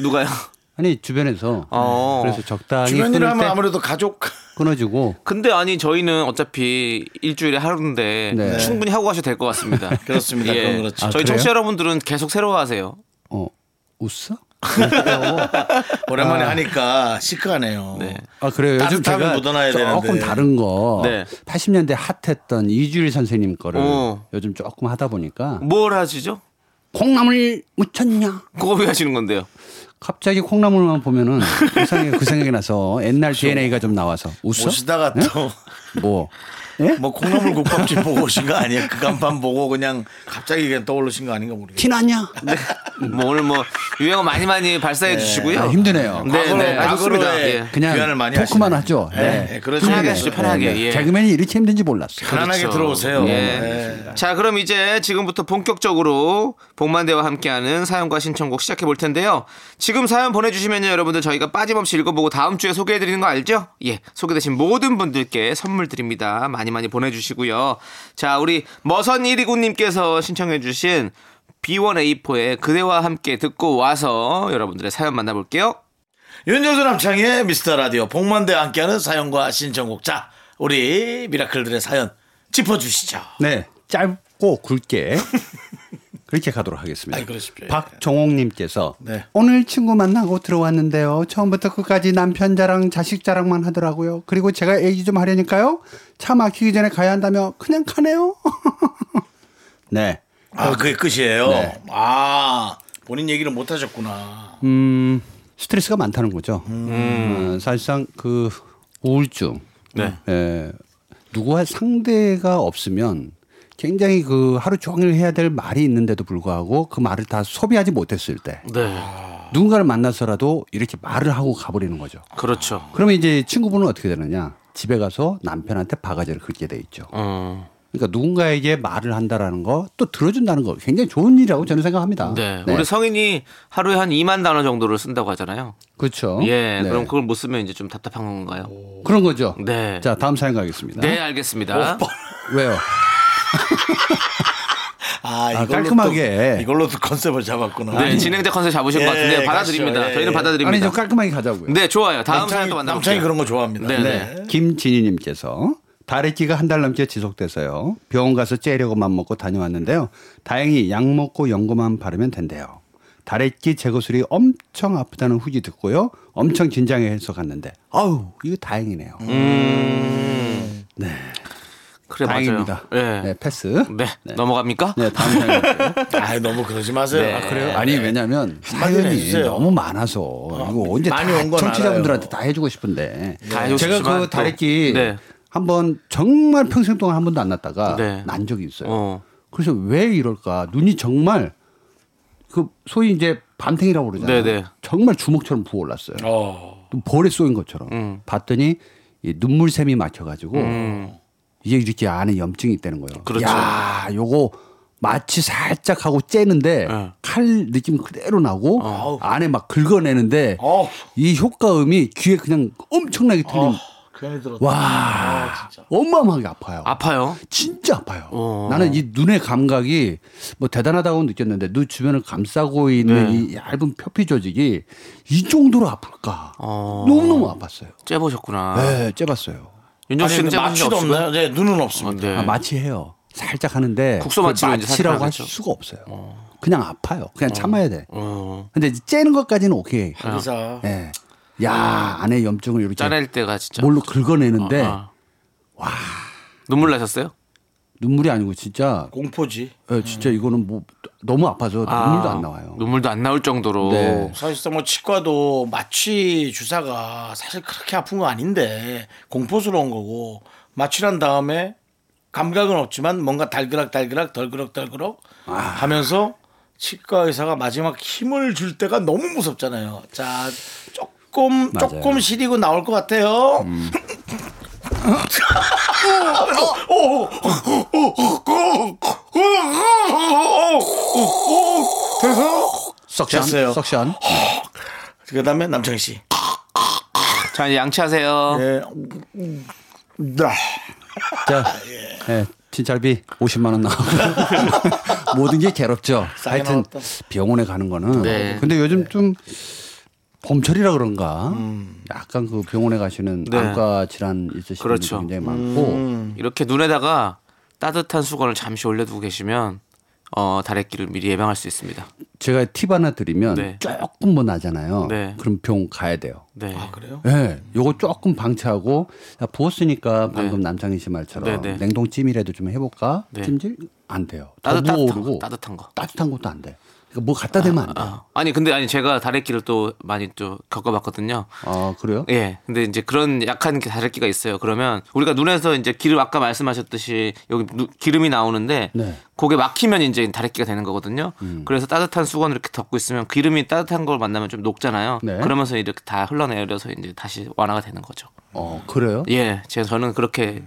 S2: 누가요?
S7: 아니 주변에서
S2: 어.
S7: 그래서 적당히 끊을
S1: 주변이라면
S7: 때
S1: 아무래도 가족
S7: 끊어주고
S2: 근데 아니 저희는 어차피 일주일에 하루인데
S7: 네.
S2: 충분히 하고 가셔도 될 것 같습니다.
S1: 그렇습니다.
S2: 예.
S1: 그건 그렇죠.
S7: 아,
S2: 저희
S7: 그래요?
S2: 청취자 여러분들은 계속 새로워하세요.
S7: 어 웃어?
S1: 오랜만에 하니까 시크하네요.
S2: 네.
S7: 아 그래요.
S1: 따뜻함이
S7: 요즘 제가
S1: 묻어나야
S7: 조금
S1: 되는데.
S7: 다른 거
S2: 네.
S7: 80년대 핫했던 이주일 선생님 거를
S2: 어.
S7: 요즘 조금 하다 보니까
S2: 뭘 하시죠?
S7: 콩나물 묻혔냐?
S2: 그거 왜 하시는 건데요?
S7: 갑자기 콩나물만 보면은 이상하게 그 생각이 나서 옛날 DNA가 좀 나와서 웃어?
S1: 오시다가 또 뭐 예?
S7: 뭐
S1: 콩나물 국밥집 보고 오신 거 아니에요? 그 간판 보고 그냥 갑자기 그냥 떠올르신 거 아닌가 모르겠어요.
S7: 티나냐?
S2: 뭐 오늘 뭐 유행어 많이 많이 발사해 주시고요.
S7: 아, 힘드네요.
S2: 네, 네,
S1: 어, 과거로,
S2: 맞습니다.
S1: 과거로의
S2: 예.
S7: 그냥
S1: 귀환을 많이
S7: 토크만
S1: 하시네.
S7: 하죠. 네.
S1: 예, 예, 그렇죠.
S2: 편하게 하시죠, 편하게. 예.
S7: 개그맨이 이렇게 힘든지 몰랐어요.
S1: 편안하게
S2: 그렇죠.
S1: 들어오세요.
S2: 예.
S1: 네.
S2: 자, 그럼 이제 지금부터 본격적으로 복만대와 함께하는 사연과 신청곡 시작해 볼 텐데요. 지금 사연 보내주시면요, 여러분들 저희가 빠짐없이 읽어보고 다음 주에 소개해 드리는 거 알죠? 예, 소개되신 모든 분들께 선물 드립니다. 많이 많이 보내주시고요. 자, 우리 머선 129님께서 신청해 주신 B1A4의 그대와 함께 듣고 와서 여러분들의 사연 만나볼게요.
S1: 윤정수 남창의 미스터 라디오 복만대 와 함께하는 사연과 신청곡 자 우리 미라클들의 사연 짚어주시죠.
S7: 네. 짧고 굵게 그렇게 가도록 하겠습니다.
S1: 아이, 그러십시오. 예.
S7: 박종옥님께서
S1: 네.
S7: 오늘 친구 만나고 들어왔는데요. 처음부터 끝까지 남편 자랑, 자식 자랑만 하더라고요. 그리고 제가 얘기 좀 하려니까요. 차 막히기 전에 가야 한다며 그냥 가네요. 네.
S1: 아 그게 끝이에요. 아 본인 얘기를 못 하셨구나.
S7: 음, 스트레스가 많다는 거죠. 어, 사실상 그 우울증.
S2: 음. 네.
S7: 에, 누구와 상대가 없으면 굉장히 그 하루 종일 해야 될 말이 있는데도 불구하고 그 말을 다 소비하지 못했을 때
S2: 네,
S7: 누군가를 만나서라도 이렇게 말을 하고 가버리는 거죠.
S2: 그렇죠.
S7: 그러면 이제 친구분은 어떻게 되느냐? 집에 가서 남편한테 바가지를 긁게 돼 있죠.
S2: 어,
S7: 그러니까 누군가에게 말을 한다라는 거 또 들어준다는 거 굉장히 좋은 일이라고 저는 생각합니다.
S2: 네. 우리 성인이 하루에 한 2만 단어 정도를 쓴다고 하잖아요.
S7: 그렇죠.
S2: 예,
S7: 네.
S2: 그럼 그걸 못 쓰면 이제 좀 답답한 건가요?
S7: 그런 거죠.
S2: 네.
S7: 자 다음 사연 가겠습니다.
S2: 네, 알겠습니다.
S7: 왜요?
S1: 아, 이걸로
S7: 깔끔하게.
S1: 또, 이걸로 또 컨셉을 잡았구나.
S2: 네, 진행자 컨셉 잡으신
S1: 예,
S2: 것 같은데 받아드립니다.
S1: 가시죠. 예,
S2: 저희는
S1: 예.
S7: 아니
S2: 받아드립니다.
S7: 좀 깔끔하게 가자고요.
S2: 네, 좋아요. 다음 사연
S1: 남창이,
S2: 또
S1: 남창이
S2: 만나볼게요.
S1: 그런 거 좋아합니다.
S2: 네, 네.
S7: 김진희님께서 다래끼가 한 달 넘게 지속돼서요. 병원 가서 째려고만 먹고 다녀왔는데요. 다행히 약 먹고 연고만 바르면 된대요. 다래끼 제거술이 엄청 아프다는 후기 듣고요. 엄청 긴장해서 갔는데 아우 이거 다행이네요.
S2: 그래
S7: 다행입니다.
S2: 음, 맞아요. 예.
S7: 네,
S2: 네.
S7: 패스.
S2: 넘어갑니까?
S7: 네 다음 사연. 볼게요.
S1: 아 너무 그러지 마세요.
S2: 네.
S1: 아, 그래요?
S7: 그래요? 아니 왜냐면
S1: 한마디는
S7: 사연이
S1: 해주세요.
S7: 너무 많아서 이거 언제
S1: 많이
S7: 다
S1: 온건
S7: 청취자분들한테
S1: 알아요. 네,
S7: 다 해주고 싶은데
S2: 다 해주고
S7: 제가
S2: 싶지만
S7: 그
S2: 또-
S7: 다래끼
S2: 네.
S7: 한번 정말 평생 동안 한 번도 안 났다가
S2: 네.
S7: 난 적이 있어요.
S2: 어.
S7: 그래서 왜 이럴까? 눈이 정말 그 소위 이제 밤탱이라고 그러잖아요.
S2: 네, 네.
S7: 정말 주먹처럼 부어올랐어요.
S1: 어.
S7: 또 볼에 쏘인 것처럼
S2: 음.
S7: 봤더니 이 눈물샘이 막혀가지고
S2: 음.
S7: 이게 이렇게 안에 염증이 있다는 거예요.
S2: 그렇죠.
S7: 야, 요거 마치 살짝 하고 째는데
S2: 네.
S7: 칼 느낌 그대로 나고 안에 막 긁어내는데
S1: 어.
S7: 이 효과음이 귀에 그냥 엄청나게 들리는
S1: 괜히 들었다.
S7: 와 어마어마하게 아파요.
S2: 아파요.
S7: 진짜 아파요.
S2: 어.
S7: 나는 이 눈의 감각이 뭐 대단하다고 느꼈는데 눈 주변을 감싸고 있는
S2: 네.
S7: 이 얇은 표피 조직이 이 정도로 아플까?
S2: 어.
S7: 너무너무 아팠어요.
S2: 째보셨구나.
S7: 네, 째봤어요.
S2: 윤정
S1: 아니 근데
S2: 씨는 째보신 적
S1: 마취도
S2: 없어요?
S1: 없나요?
S7: 뭐.
S1: 네, 눈은 없습니다.
S2: 네.
S7: 아, 마취 해요. 살짝 하는데
S2: 국소
S7: 그
S2: 마취로 이제
S7: 마취라고 할
S2: 살짝 하죠.
S7: 수가 없어요. 그냥 아파요. 그냥 참아야 돼.
S2: 어.
S7: 근데 이제 째는 것까지는 오케이.
S1: 의사.
S7: 예. 야 안에 염증을 이렇게
S2: 아. 음. 짜낼 때가 진짜.
S7: 뭘로 긁어내는데
S2: 와. 눈물 나셨어요?
S7: 눈물이 아니고 진짜
S1: 공포지.
S7: 예, 진짜 이거는 뭐 너무 아파서
S2: 아,
S7: 눈물도 안 나와요.
S2: 눈물도 안 나올 정도로.
S7: 네.
S1: 사실상 뭐 치과도 마취 주사가 사실 그렇게 아픈 거 아닌데 공포스러운 거고 마취한 다음에 감각은 없지만 뭔가 달그락달그락 덜그럭덜그럭
S7: 아.
S1: 하면서 치과 의사가 마지막 힘을 줄 때가 너무 무섭잖아요. 자 조금
S7: 맞아요. 음.
S1: 조금 시리고 나올 것 같아요.
S7: 석션.
S1: 됐어요.
S7: 석션.
S1: 그 다음에 남창희 씨.
S2: 자 이제 양치하세요.
S1: 예. 나. 아,
S7: 자, 예, 진찰비 50만 원 나가고 모든 게 괴롭죠.
S1: 싸게
S7: 하여튼
S1: 나왔다.
S7: 병원에 가는 거는.
S2: 네.
S7: 근데 요즘 좀 봄철이라 그런가.
S1: 음.
S7: 약간 그 병원에 가시는
S2: 네.
S7: 안과 질환 있으신
S2: 그렇죠.
S7: 분들 굉장히 많고.
S1: 음.
S2: 이렇게 눈에다가 따뜻한 수건을 잠시 올려두고 계시면 어, 다래끼를 미리 예방할 수 있습니다.
S7: 제가 팁 하나 드리면
S2: 네.
S7: 조금 뭐 나잖아요.
S2: 네.
S7: 그럼 병원 가야 돼요.
S2: 네.
S7: 예, 요거 조금 방치하고 야, 부었으니까 방금
S2: 네.
S7: 남창희 씨 말처럼
S2: 네, 네.
S7: 냉동찜이라도 좀 해볼까?
S2: 네.
S7: 찜질 안 돼요. 더
S2: 따뜻, 따뜻한 거,
S7: 부어오르고
S2: 따뜻한 거.
S7: 따뜻한 것도 안 돼. 그러니까 뭐 갖다 대면 안 돼. 요
S2: 아, 아니 근데 아니 제가 다래끼를 또 많이 또 겪어봤거든요.
S7: 아 그래요?
S2: 예. 근데 이제 그런 약한 다래끼가 있어요. 그러면 우리가 눈에서 이제 기름 아까 말씀하셨듯이 여기 누- 기름이 나오는데
S7: 네. 음.
S2: 그게 막히면 이제 다래끼가 되는 거거든요. 그래서 따뜻한 수건을 이렇게 덮고 있으면 기름이 따뜻한 걸 만나면 좀 녹잖아요.
S7: 네.
S2: 그러면서 이렇게 다 흘러내려서 이제 다시 완화가 되는 거죠.
S7: 어 그래요?
S2: 예. 제가 저는 그렇게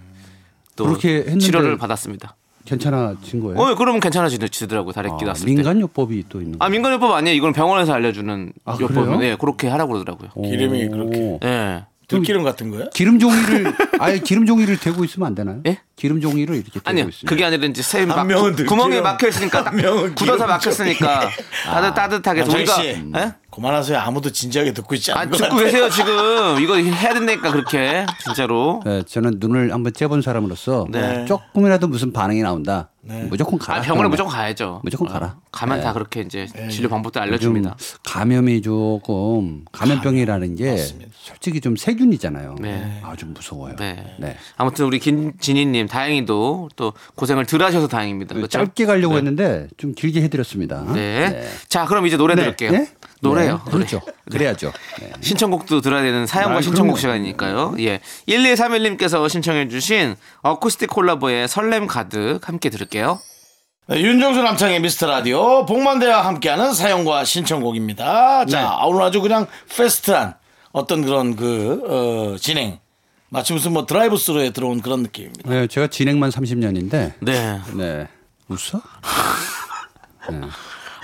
S2: 또
S7: 그렇게 했는데-
S2: 치료를 받았습니다.
S7: 괜찮아진 거예요?
S2: 어, 그러면 괜찮아지더라고 다래끼
S7: 아,
S2: 났을 때.
S7: 민간 요법이 또 있는
S2: 아
S7: 거예요.
S2: 민간요법 아니에요. 이건 병원에서 알려주는
S7: 아,
S2: 요법이에요.
S7: 그래요? 어.
S2: 예, 그렇게 하라고 그러더라고요.
S1: 기름이 그렇게.
S2: 예.
S1: 들기름 같은 거요?
S7: 기름 종이를 아예 기름 종이를 대고 있으면 안 되나요?
S2: 예?
S7: 기름 종이를 이렇게 대고
S2: 아니요,
S7: 있으면
S2: 그게 아니라 이제 쌤 막,
S1: 명은 들기름.
S2: 구멍에 막혀 있으니까 딱
S1: 한 명은
S2: 굳어서
S1: 기름
S2: 막혔으니까
S7: 아.
S2: 다들 따뜻하게
S1: 남창희
S2: 우리가
S1: 씨.
S2: 예?
S1: 그만하세요. 아무도 진지하게 듣고 있지
S2: 아
S1: 않은 것
S2: 듣고
S1: 같아요.
S2: 계세요 지금 이거 해야 된다니까 그렇게 진짜로.
S7: 예, 저는 눈을 한번 째본 사람으로서
S2: 네.
S7: 조금이라도 무슨 반응이 나온다.
S1: 네.
S7: 무조건 가라.
S2: 아 병원에
S7: 그러면.
S2: 무조건 가야죠.
S7: 무조건
S2: 어,
S7: 가라. 네.
S2: 가면 다 그렇게 이제
S1: 네.
S2: 진료 방법도
S7: 요즘
S2: 알려줍니다.
S7: 감염이 조금 감염병이라는 게 솔직히 좀 세균이잖아요.
S2: 네.
S7: 아 좀 무서워요.
S2: 네.
S7: 네.
S2: 아무튼 우리 김진희님 다행히도 또 고생을 덜하셔서 다행입니다. 그렇죠?
S7: 짧게 가려고 했는데 좀 길게 해드렸습니다.
S2: 네. 자 그럼 이제 노래
S7: 네.
S2: 들을게요.
S7: 네?
S2: 노래요. 노래.
S7: 네. 그렇죠. 그래야죠. 네.
S2: 신청곡도 들어야 되는 사연과
S7: 아,
S2: 신청곡
S7: 그럼요. 네.
S2: 시간이니까요. 예. 1231님께서 신청해주신 어쿠스틱 콜라보의 설렘 가득 함께 들을게요.
S1: 네, 윤정수 남창의 미스터 라디오 복만대와 함께하는 사연과 신청곡입니다. 자,
S7: 네.
S1: 아, 오늘 아주 그냥 페스트한 어떤 그런 그 어, 진행 마치 무슨 뭐 드라이브 스루에 들어온 그런 느낌입니다.
S7: 네, 제가 진행만 30년인데.
S2: 네.
S7: 네. 웃어?
S2: 아니,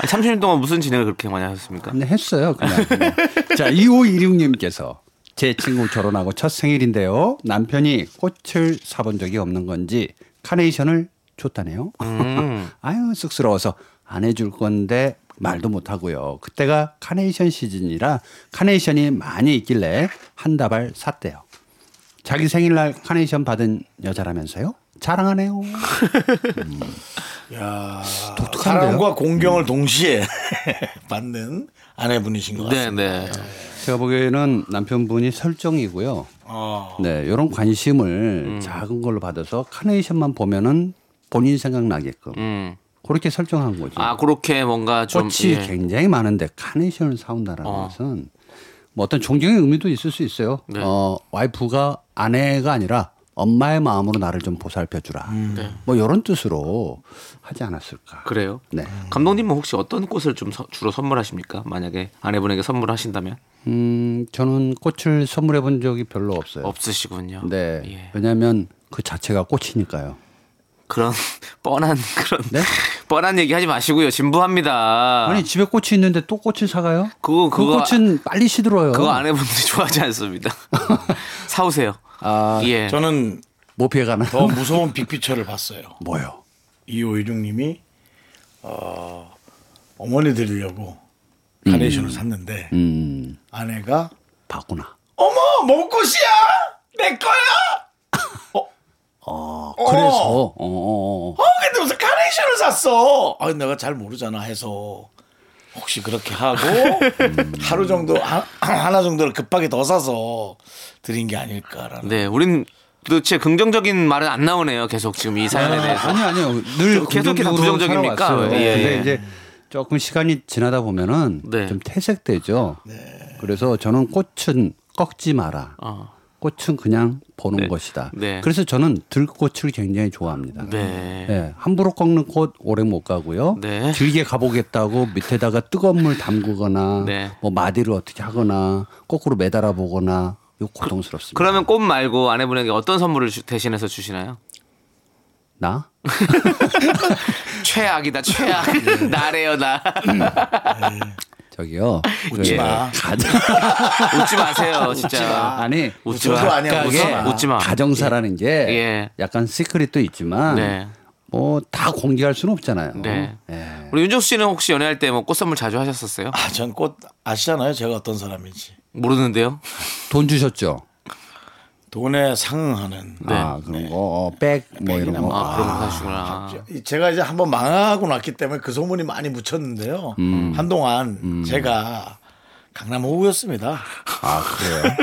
S2: 30년 동안 무슨 진행을 그렇게 많이 하셨습니까?
S7: 네, 했어요. 그냥. 네. 자, 2516님께서 제 친구 결혼하고 첫 생일인데요. 남편이 꽃을 사본 적이 없는 건지 카네이션을 줬다네요.
S1: 음.
S7: 아유, 쑥스러워서 안 해줄 건데 말도 못 하고요. 그때가 카네이션 시즌이라 카네이션이 많이 있길래 한 다발 샀대요. 자기 생일날 카네이션 받은 여자라면서요? 자랑하네요. 독특한데요? 음.
S1: 사랑과 공경을 동시에 받는 아내분이신 것
S2: 네,
S1: 같습니다.
S2: 네.
S7: 제가 보기에는 남편분이 설정이고요.
S1: 어,
S7: 네, 이런 관심을
S2: 음.
S7: 작은 걸로 받아서 카네이션만 보면은 본인 생각나게끔
S2: 음.
S7: 그렇게 설정한 거죠.
S2: 아, 그렇게 뭔가 좀.
S7: 꽃이
S2: 예. 어.
S7: 굉장히 많은데 카네이션을 사온다라는 것은 뭐 어떤 존경의 의미도 있을 수 있어요.
S2: 네.
S7: 어, 와이프가 아내가 아니라 엄마의 마음으로 나를 좀 보살펴 주라. 뭐 이런 뜻으로 하지 않았을까.
S2: 네. 그래요.
S7: 네.
S2: 감독님은 혹시 어떤 꽃을 좀 서- 주로 선물하십니까? 만약에 아내분에게 선물하신다면?
S7: 음, 저는 꽃을 선물해 본 적이 별로 없어요.
S2: 없으시군요.
S7: 네.
S2: 예.
S7: 왜냐하면 그 자체가 꽃이니까요.
S2: 그런 뻔한 그런
S7: 네?
S2: 뻔한 얘기 하지 마시고요. 진부합니다.
S7: 아니 집에 꽃이 있는데 또 꽃을 사가요?
S2: 그거-
S7: 그
S2: 그거-
S7: 꽃은 빨리 시들어요.
S2: 그거 아내분들이 좋아하지 않습니다. 사오세요.
S7: 아,
S2: 예.
S1: 저는
S7: 못뭐 피해가나?
S2: 어?
S1: 더 무서운 빅피처를 봤어요.
S7: 뭐요?
S1: 2516님이 어, 어머니 드리려고 카네이션을 샀는데
S7: 음,
S1: 아내가
S7: 봤구나.
S1: 어머 몸꽃이야 내 거야
S7: 어, 그래서 어, 어, 어.
S1: 어 근데 무슨 카네이션을 샀어 아 내가 잘 모르잖아 해서 혹시 그렇게 하고 하루 정도 하, 하나 정도를 급하게 더 사서 드린 게 아닐까라는
S2: 네, 우린 도대체 긍정적인 말은 안 나오네요. 계속 지금 이 사연에 대해서.
S7: 아니 아니요. 늘
S2: 계속 이렇게 다
S7: 긍정적으로
S2: 부정적입니까?
S7: 살아왔어요.
S2: 예,
S7: 근데
S2: 예.
S7: 이제 조금 시간이 지나다 보면은
S2: 네.
S7: 좀 퇴색되죠. 그래서 저는 꽃은 꺾지 마라.
S2: 어.
S7: 꽃은 그냥 보는
S2: 네.
S7: 것이다.
S2: 네.
S7: 그래서 저는 들꽃을 굉장히 좋아합니다.
S2: 네.
S7: 예, 함부로 꺾는 꽃 오래 못 가고요.
S2: 네.
S7: 길게 가보겠다고 밑에다가 뜨거운 물 담그거나
S2: 네.
S7: 뭐 마디를 어떻게 하거나 거꾸로 매달아 보거나 이거 고통스럽습니다.
S2: 그러면 꽃 말고 아내분에게 어떤 선물을 주- 대신해서 주시나요?
S7: 나?
S2: 최악이다, 최악. 나래요, 나.
S7: 저기요. 예.
S2: 웃지
S5: 마.
S7: 가정
S2: 웃지 마세요, 진짜.
S7: 아니
S2: 웃지
S5: 웃어도
S2: 마.
S5: 아니야, 웃지
S2: 그게
S5: 마.
S2: 웃지 마.
S7: 가정사라는 게
S2: 예.
S7: 약간 시크릿도 있지만
S2: 네.
S7: 뭐 다 공개할 수는 없잖아요.
S2: 네.
S7: 예.
S2: 우리 윤정수 씨는 혹시 연애할 때 뭐 꽃 선물 자주 하셨었어요?
S1: 아, 전 꽃 아시잖아요. 제가 어떤 사람인지.
S2: 모르는데요.
S7: 돈 주셨죠?
S1: 돈에 상응하는.
S2: 네.
S7: 아 그런 거, 백 뭐 이런 거.
S2: 아, 그런 거 사시구나.
S1: 이- 제가 이제 한번 망하고 났기 때문에 그 소문이 많이 묻혔는데요.
S7: 음.
S1: 한동안 제가 강남 5구였습니다.
S7: 아 그래요?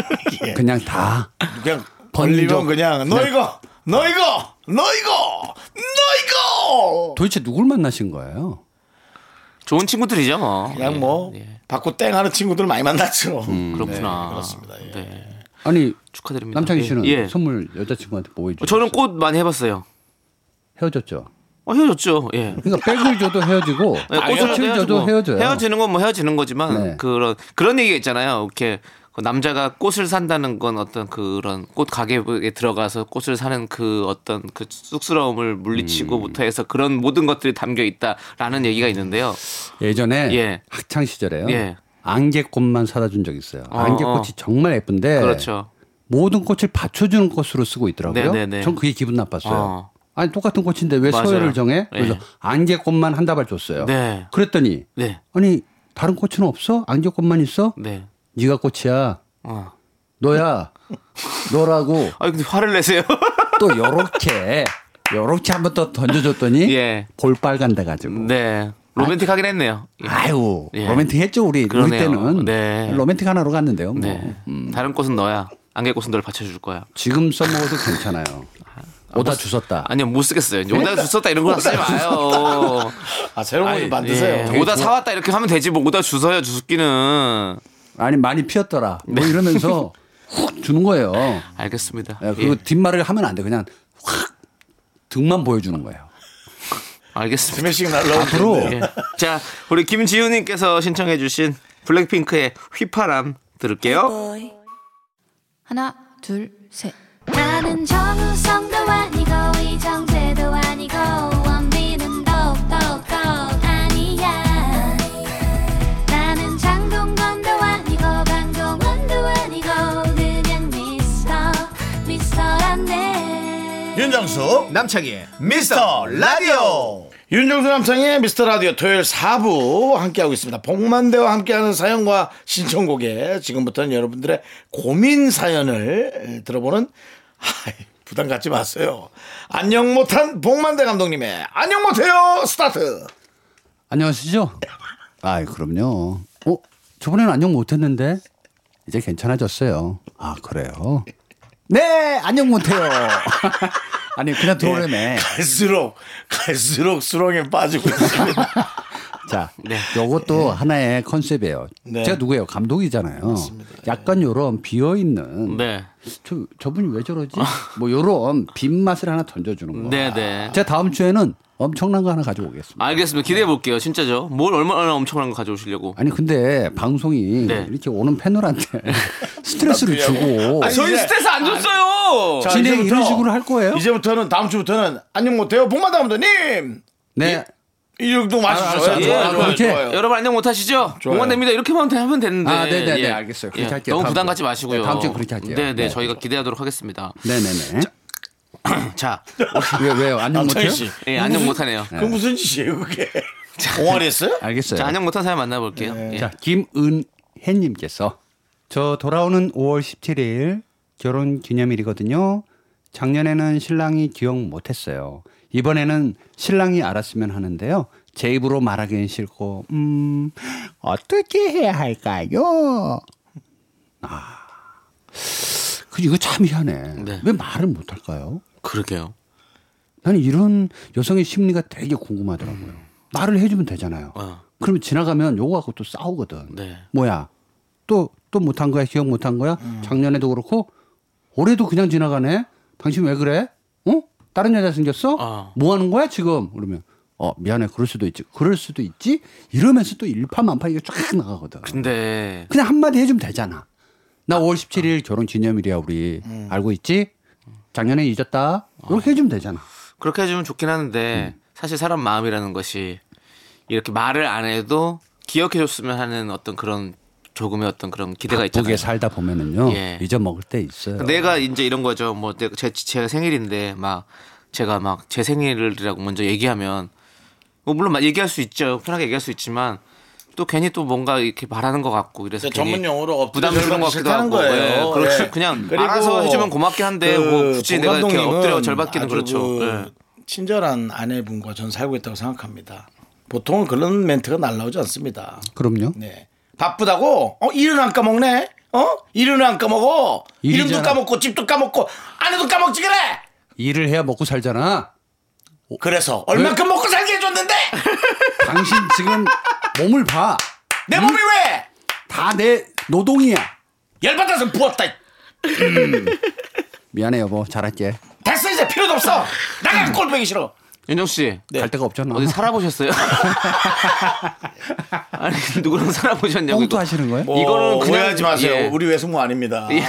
S1: 예.
S7: 그냥 다.
S1: 그냥
S7: 번쩍. 네.
S1: 벌리면 그냥 너 이거, 너 이거, 너 이거, 너 이거.
S7: 도대체 누굴 만나신 거예요?
S2: 좋은 친구들이죠, 뭐.
S1: 그냥
S2: 예,
S1: 뭐
S2: 예. 음.
S1: 받고 땡하는 친구들 많이 만났죠.
S2: 그렇구나.
S1: 네, 그렇습니다. 예.
S2: 네.
S7: 아니
S2: 축하드립니다.
S7: 남창희
S2: 예,
S7: 씨는
S2: 예. 어,
S7: 선물 여자친구한테 뭐 해줘?
S2: 저는 꽃 많이 해봤어요.
S7: 헤어졌죠.
S2: 어, 헤어졌죠. 예.
S7: 그러니까 백을 줘도 아, 헤어지고
S2: 네, 꽃을
S7: 꽃을 줘도 헤어져요.
S2: 헤어지는 건 뭐 헤어지는 거지만
S7: 네.
S2: 그런 그런 얘기 있잖아요. 이렇게 그 남자가 꽃을 산다는 건 어떤 그런 꽃 가게에 들어가서 꽃을 사는 그 어떤 그 쑥스러움을
S1: 음.
S2: 물리치고부터 해서 그런 모든 것들이 담겨 있다라는 얘기가 있는데요.
S7: 예전에
S2: 예.
S7: 학창 시절에요.
S2: 예.
S7: 안개꽃만 사다 준 적 있어요.
S2: 어,
S7: 안개꽃이
S2: 어.
S7: 정말 예쁜데
S2: 그렇죠.
S7: 모든 꽃을 받쳐주는 꽃으로 쓰고
S2: 네,
S7: 있더라고요.
S2: 네, 네.
S7: 전 그게 기분 나빴어요.
S2: 어.
S7: 아니 똑같은 꽃인데 왜
S2: 맞아요.
S7: 서열을 정해? 그래서
S2: 네.
S7: 안개꽃만 한 다발 줬어요.
S2: 네.
S7: 그랬더니
S2: 네.
S7: 아니 다른 꽃은 없어? 안개꽃만 있어?
S2: 네.
S7: 네가 꽃이야.
S2: 어.
S7: 너야. 너라고
S2: 아 근데 화를 내세요.
S7: 또 요렇게 요렇게 한번 또 던져줬더니
S2: 예.
S7: 골 빨간 데 가지고
S2: 네. 로맨틱하긴 했네요. 예.
S7: 아유
S2: 예.
S7: 로맨틱했죠 우리
S2: 그러네요.
S7: 우리 때는
S2: 네.
S7: 로맨틱 하나로 갔는데요. 뭐.
S2: 네.
S7: 음,
S2: 다른 꽃은 너야. 안개꽃은 널 받쳐줄 거야.
S7: 지금 써먹어도 괜찮아요. 오다 주웠다.
S2: 뭐, 아니요 못 쓰겠어요. 이제 오다 주웠다 이런 거 쓰지 마요.
S1: 아, 새로운
S2: 아이,
S1: 걸 만드세요.
S2: 예. 오다 사왔다 이렇게 하면 되지 뭐 오다 주서요 주습기는
S7: 아니 많이 피었더라. 뭐
S2: 네.
S7: 이러면서 훅 주는 거예요.
S2: 알겠습니다.
S1: 아,
S7: 예, 그리고
S2: 예.
S7: 뒷말을 하면 안 돼. 그냥 확 등만 보여주는 거예요.
S2: 알겠습니다.
S1: 스매싱 날라
S7: 앞으로
S2: 예. 자 우리 김지우님께서 신청해주신 블랙핑크의 휘파람 들을게요.
S8: 하나, 둘, 셋.
S4: 나는 정우성도 아니고 이정재도 아니고 원빈은 더욱더 아니야 나는 장동건도 아니고 강동원도 아니고 그냥 미스터 미스터란데
S5: 윤정수
S2: 남창희.
S5: 미스터 라디오
S1: 윤정수 남창의 미스터 라디오 토요일 4부 함께하고 있습니다. 복만대와 함께하는 사연과 신청곡에 지금부터는 여러분들의 고민 사연을 들어보는 아이, 부담 갖지 마세요. 안녕 못한 복만대 감독님의 안녕 못해요 스타트.
S7: 안녕하시죠? 아, 그럼요. 어, 저번에는 안녕 못했는데 이제 괜찮아졌어요. 아, 그래요? 네, 안녕 못해요. 아니 그냥 들어오래매.
S1: 네, 갈수록 갈수록 수렁에 빠지고 있습니다.
S7: 자, 요것도 하나의 컨셉이에요.
S1: 네.
S7: 제가 누구예요? 감독이잖아요. 약간 요런 비어 있는
S2: 네.
S7: 저 저분이 왜 저러지? 뭐 요런 빈맛을 하나 던져주는 거.
S2: 네네.
S7: 제가 다음 주에는 엄청난 거 하나 가지고 오겠습니다.
S2: 알겠습니다. 기대해 볼게요. 진짜죠. 뭘 얼마나 엄청난 거 가져오시려고.
S7: 아니
S1: 음.
S7: 근데 방송이
S2: 네.
S7: 이렇게 오는 패널한테 스트레스를 주고
S1: 아니,
S2: 저희
S1: 이제- 아,
S2: 스트레스 안 줬어요.
S1: 자,
S7: 진행 이런
S1: 이제부터-
S7: 식으로 할 거예요?
S1: 이제부터는 다음 주부터는 안녕 못해요 복만대 감독님
S7: 네.
S1: 이정도 마시죠.
S7: 알았어.
S2: 예,
S7: 좋아요,
S2: 좋아요,
S7: 그렇게.
S2: 좋아요. 여러분 안녕 못하시죠?
S1: 좋아요.
S2: 응원됩니다. 이렇게만 하면 되는데. 예.
S7: 아, 네네네, 알겠어요. 그렇게 할게요.
S2: 너무
S7: 다음
S2: 부담
S7: 주에.
S2: 갖지 마시고요.
S7: 네, 다음 주에 그렇게 할게요.
S2: 네네,
S7: 네.
S2: 저희가 기대하도록 하겠습니다.
S7: 네네네.
S2: 자,
S7: 왜, 왜요? 안녕 못해요?
S1: 남창희 씨.
S2: 예, 안녕 못하네요.
S1: 그 무슨 짓이에요 그게? 공활이 했어요?
S7: 알겠어요.
S2: 자, 안녕 못한 사연 만나볼게요. 예.
S7: 네. 자, 김은혜님께서 저 돌아오는 5월 17일 결혼 기념일이거든요. 작년에는 신랑이 기억 못했어요. 이번에는 신랑이 알았으면 하는데요. 제 입으로 말하기는 싫고, 음, 어떻게 해야 할까요? 아, 그 이거 참 희한해.
S2: 네.
S7: 왜 말을 못할까요?
S2: 그러게요.
S7: 나는 이런 여성의 심리가 되게 궁금하더라고요. 말을 해주면 되잖아요.
S2: 음. 어.
S7: 그러면 지나가면 요거 갖고 또 싸우거든.
S2: 네.
S7: 뭐야? 또 또 못한 거야? 기억 못한 거야?
S2: 음.
S7: 작년에도 그렇고 올해도 그냥 지나가네. 당신 왜 그래? 어? 다른 여자 생겼어?
S2: 어.
S7: 뭐 하는 거야 지금? 그러면 어 미안해. 그럴 수도 있지. 그럴 수도 있지. 이러면서 또 일파만파 이게 쫙 나가거든.
S2: 근데
S7: 그냥 한마디 해주면 되잖아. 나 5월 17일 결혼 기념일이야 우리
S2: 음.
S7: 알고 있지? 작년에 잊었다.
S2: 어.
S7: 이렇게 해주면 되잖아. 음.
S2: 그렇게 해주면 좋긴 하는데 사실 사람 마음이라는 것이 이렇게 말을 안 해도 기억해줬으면 하는 어떤 그런 조금의 어떤 그런 기대가
S7: 바쁘게
S2: 있잖아요.
S7: 살다 보면은요
S2: 예.
S7: 잊어먹을 때 있어요.
S2: 그러니까 내가 이제 이런 거죠. 뭐 제 제 생일인데 막 제가 막 제 생일이라고 먼저 얘기하면 뭐 물론 막 얘기할 수 있죠. 편하게 얘기할 수 있지만 또 괜히 또 뭔가 이렇게 말하는 것 같고 그래서
S1: 그래서
S2: 괜히
S1: 그러니까 전문 용어로 엎드려
S2: 부담스러운 것 같기도
S1: 절박하는
S2: 하고
S1: 거예요.
S2: 예, 그렇죠.
S1: 예.
S2: 그냥
S1: 그리고 그
S2: 알아서 해주면 고맙긴 한데 뭐 굳이
S1: 공
S2: 내가 이렇게
S1: 감독님은
S2: 엎드려 절받기는
S1: 아주
S2: 그렇죠.
S1: 그 친절한 아내분과 전 살고 있다고 생각합니다. 보통은 그런 멘트가 날라오지 않습니다.
S7: 그럼요.
S1: 네. 바쁘다고? 어, 일은 안 까먹네? 어? 일은 안 까먹어?
S7: 일이잖아.
S1: 이름도 까먹고, 집도 까먹고, 아내도 까먹지 그래!
S7: 일을 해야 먹고 살잖아. 어?
S1: 그래서 얼만큼 먹고 살게 해줬는데!
S7: 당신 지금 몸을 봐.
S1: 내 몸이
S7: 음?
S1: 왜!
S7: 다 내 노동이야.
S1: 열받아서 부었다!
S7: 미안해 여보. 잘할게.
S1: 됐어, 이제 필요도 없어!
S7: 음.
S1: 나가, 꼴보기 싫어!
S2: 윤정 씨
S7: 갈 데가 없잖아.
S2: 네. 어디 살아보셨어요? 아니 누구랑 살아보셨냐고 이거.
S7: 뻥도
S2: 음. 뭐
S7: 하시는 거예요?
S2: 이거는 그냥-
S1: 뭐 오해하지 마세요.
S2: 예. 예.
S1: 우리 외숙모 아닙니다. 예.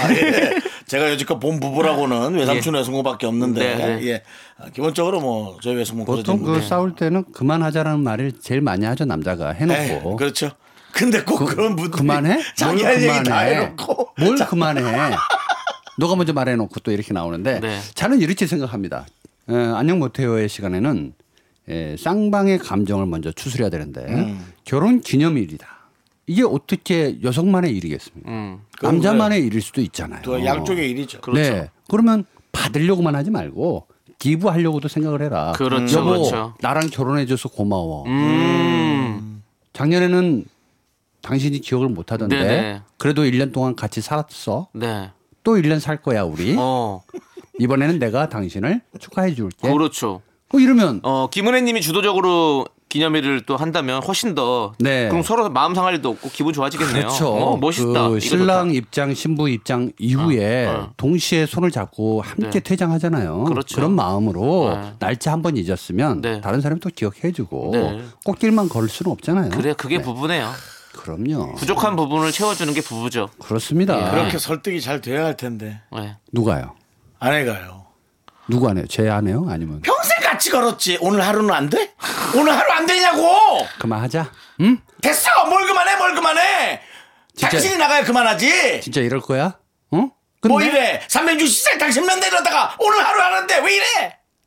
S1: 제가 여지껏 본 부부라고는 외삼촌 외숙모밖에 없는데
S2: 네, 네.
S1: 예. 아, 기본적으로 뭐 저희 외숙모
S7: 보통 그
S1: 그러던데.
S7: 싸울 때는 그만하자라는 말을 제일 많이 하죠 남자가 해놓고.
S2: 네.
S1: 에이, 그렇죠. 근데 꼭 그, 런 분들
S7: 그만해?
S1: 자기
S7: 뭘
S1: 할 얘기 다
S7: 그만해?
S1: 해놓고
S7: 뭘 그만해? 너가 먼저 말해놓고 또 이렇게 나오는데
S2: 네.
S7: 저는 이렇게 생각합니다. 에, 안녕 못해요의 시간에는 에, 쌍방의 감정을 먼저 추스려야 되는데
S1: 음.
S7: 결혼 기념일이다. 이게 어떻게 여성만의 일이겠습니까?
S2: 음.
S7: 남자만의 일일 수도 있잖아요.
S1: 그 양쪽의 일이죠. 그렇죠.
S7: 네. 그러면 받으려고만 하지 말고 기부하려고도 생각을 해라.
S2: 그렇죠,
S7: 여보,
S2: 그렇죠.
S7: 나랑 결혼해줘서 고마워.
S2: 음.
S7: 작년에는 당신이 기억을 못 하던데
S2: 네네.
S7: 그래도 1년 동안 같이 살았어.
S2: 네.
S7: 또 1년 살 거야, 우리.
S2: 어.
S7: 이번에는 내가 당신을 축하해 줄게.
S2: 그렇죠.
S7: 뭐 이러면
S2: 어, 김은혜님이 주도적으로 기념일을 또 한다면 훨씬 더
S7: 네.
S2: 그럼 서로 마음 상할 일도 없고 기분 좋아지겠네요.
S7: 그렇죠.
S2: 어, 멋있다.
S7: 그
S2: 이거
S7: 신랑
S2: 좋다.
S7: 입장, 신부 입장 이후에
S2: 어.
S7: 동시에 손을 잡고 함께
S2: 네.
S7: 퇴장하잖아요.
S2: 그렇죠.
S7: 런 마음으로
S2: 네.
S7: 날짜 한 번 잊었으면
S2: 네.
S7: 다른 사람이 또 기억해 주고
S2: 네.
S7: 꽃길만 걸 수는 없잖아요.
S2: 그래 그게 부부네요.
S7: 그럼요.
S2: 부족한 부분을 채워주는 게 부부죠.
S7: 그렇습니다.
S2: 예.
S1: 그렇게 설득이 잘 돼야 할 텐데
S2: 네.
S7: 누가요?
S1: 아내가요.
S7: 누구 안 해요? 제 아내요? 아니면
S1: 평생 같이 걸었지. 오늘 하루는 안 돼? 오늘 하루 안 되냐고.
S7: 그만하자. 응?
S1: 됐어. 뭘 그만해? 뭘 그만해?
S7: 진짜-
S1: 당신이 나가야 그만하지.
S7: 진짜 이럴 거야? 어? 근데
S1: 뭐 이래? 360세 당신 맨날 이러다가 오늘 하루 하는데 왜 이래?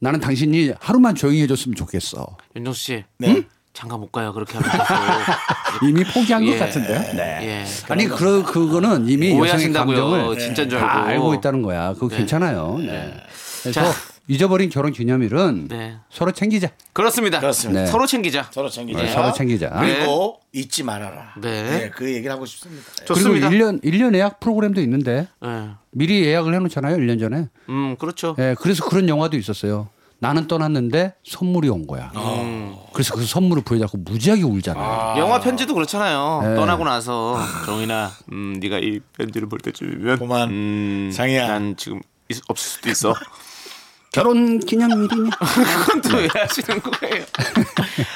S7: 나는 당신이 하루만 조용히 해줬으면 좋겠어.
S2: 윤정수 씨.
S1: 네.
S2: 장가 못 가요. 그렇게 하면
S7: 이미 포기한
S2: 예.
S7: 것 같은데.
S1: 네.
S2: 예.
S7: 아니 그 그거는 이미 여성의
S2: 오해하신다고요. 어,
S7: 감정을
S2: 진짜인 줄
S7: 다
S2: 알고.
S7: 알고 있다는 거야. 그거 괜찮아요. 네. 그래서
S2: 자.
S7: 잊어버린 결혼 기념일은
S2: 네.
S7: 서로 챙기자.
S2: 그렇습니다.
S1: 그렇습니다.
S7: 네.
S2: 서로 챙기자.
S1: 서로 챙기자.
S7: 네, 서로 챙기자.
S1: 그리고 잊지 말아라.
S2: 네.
S1: 네, 그 얘기를 하고 싶습니다.
S2: 좋습니다.
S7: 그리고 1년 일년 예약 프로그램도 있는데
S2: 예.
S7: 미리 예약을 해 놓잖아요. 1년 전에.
S2: 음 그렇죠.
S7: 예, 그래서 그런 영화도 있었어요. 나는 떠났는데 선물이 온 거야.
S2: 음.
S7: 그래서 그 선물을 부여잡고 무지하게 울잖아. 요
S2: 영화 편지도 그렇잖아요.
S7: 예.
S2: 떠나고 나서 정인아, 음, 네가 이 편지를 볼 때쯤이면
S1: 그만.
S2: 음,
S1: 장이야.
S2: 난 지금 있- 없을 수도 있어.
S7: 결혼 기념일이냐?
S2: 그건 또 왜 하시는 거예요?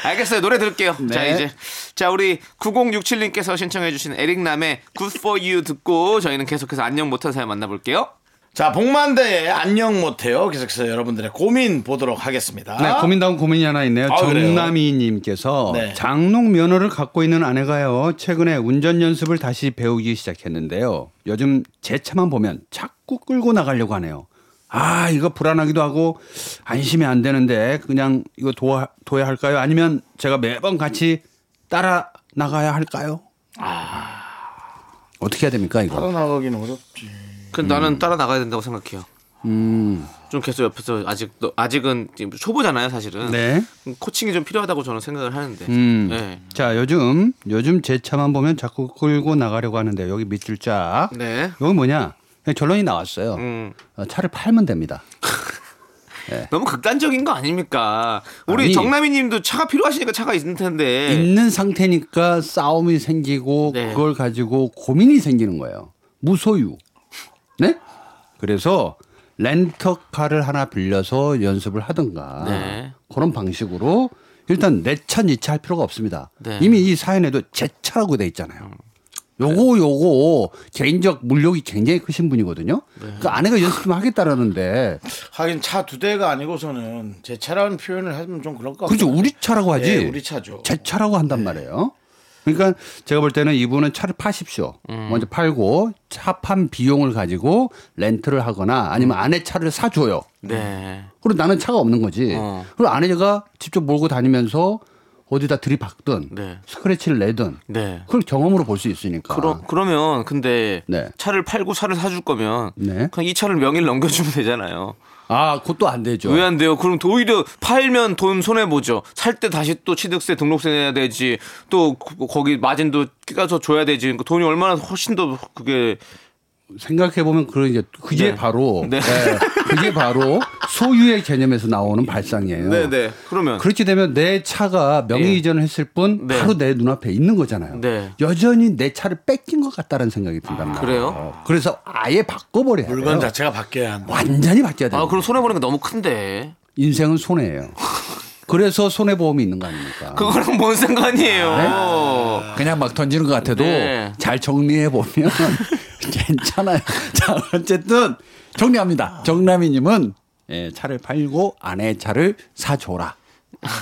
S2: 알겠어요. 노래 들을게요. 자, 이제. 자, 우리 9067님께서 신청해주신 에릭남의 Good for You 듣고 저희는 계속해서 안녕 못한 사연 만나볼게요.
S1: 자, 복만대의 안녕 못해요. 계속해서 여러분들의 고민 보도록 하겠습니다.
S7: 네, 고민다운 고민이 하나 있네요.
S1: 아, 그래요?
S7: 정남이님께서
S1: 네.
S7: 장롱 면허를 갖고 있는 아내가요. 최근에 운전 연습을 다시 배우기 시작했는데요. 요즘 제 차만 보면 자꾸 끌고 나가려고 하네요. 아, 이거 불안하기도 하고 안심이 안 되는데 그냥 이거 도와, 둬야 할까요? 아니면 제가 매번 같이 따라 나가야 할까요? 어떻게 해야 됩니까 이거?
S1: 아. 나가기는 어렵지.
S2: 근데 나는 따라 나가야 된다고 생각해요.
S7: 음.
S2: 좀 계속 옆에서 아직, 아직은 지금 초보잖아요, 사실은. 음,
S7: 네.
S2: 코칭이 좀 필요하다고 저는 생각을 하는데.
S7: 음.
S2: 네.
S7: 자, 요즘 요즘 제 차만 보면 자꾸 끌고 나가려고 하는데 여기 밑줄 쫙.
S2: 네.
S7: 여기 뭐냐? 그냥 결론이 나왔어요.
S2: 음.
S7: 어, 차를 팔면 됩니다.
S2: 너무 극단적인 거 네. 아닙니까? 우리
S7: 아니.
S2: 정남이 님도 차가 필요하시니까 차가 있을 텐데.
S7: 있는 상태니까 싸움이 생기고
S2: 네.
S7: 그걸 가지고 고민이 생기는 거예요. 무소유. 네? 그래서 렌터카를 하나 빌려서 연습을 하든가
S2: 네.
S7: 그런 방식으로 일단 내 차, 네 차 할 필요가 없습니다.
S2: 네. 음.
S7: 이미 이 사연에도 제 차라고 돼 있잖아요. 요거 요거 개인적 물욕이 굉장히 크신 분이거든요.
S2: 네.
S7: 그 아내가 연습 좀 하겠다라는데
S1: 하긴 차 두 대가 아니고서는 제 차라는 표현을 하면 좀 그럴 것 같아요.
S7: 그렇죠. 우리 차라고 하지.
S1: 예, 우리 차죠.
S7: 제 차라고 한단 말이에요. 그러니까 제가 볼 때는 이분은 차를 파십시오.
S2: 음.
S7: 먼저 팔고 차 판 비용을 가지고 렌트를 하거나 아니면
S2: 음.
S7: 아내 차를 사줘요.
S2: 네.
S7: 그리고 나는 차가 없는 거지.
S2: 어.
S7: 그리고 아내가 직접 몰고 다니면서 어디다 들이박든
S2: 네.
S7: 스크래치를 내든
S2: 네.
S7: 그걸 경험으로 볼 수 있으니까.
S2: 그러, 그러면 근데
S7: 아. 네.
S2: 차를 팔고 차를 사줄 거면
S7: 네.
S2: 그냥 이 차를 명의를 넘겨주면 되잖아요.
S7: 아, 그것도 안 되죠.
S2: 왜 안 돼요? 그럼 또 오히려 팔면 돈 손해 보죠. 살 때 다시 또 취득세 등록세 내야 되지. 또 거- 거기 마진도 끼가서 줘야 되지. 그러니까 돈이 얼마나 훨씬 더 그게
S7: 생각해 보면 그런 이제 그게
S2: 네.
S7: 바로
S2: 네.
S7: 네, 그게 바로 소유의 개념에서 나오는 발상이에요.
S2: 네네. 그러면
S7: 그렇게 되면 내 차가 명의
S2: 예.
S7: 이전을 했을 뿐
S2: 네.
S7: 바로 내 눈앞에 있는 거잖아요.
S2: 네. 아,
S7: 여전히 내 차를 뺏긴 것 같다는 생각이 든단 말이에요.
S2: 그래요?
S7: 그래서 아예 바꿔버려야 돼요.
S1: 물건 자체가 바뀌어야 한다.
S7: 완전히 바뀌어야 돼요.
S2: 아 그럼 손해 보는 게 너무 큰데.
S7: 인생은 손해예요. 그래서 손해보험이 있는 거 아닙니까?
S2: 그거랑 뭔 상관이에요?
S7: 그냥 막 던지는 것 같아도
S2: 네.
S7: 잘 정리해 보면 괜찮아요. 자 어쨌든 정리합니다. 정남이님은 예, 차를 팔고 아내 차를 사줘라.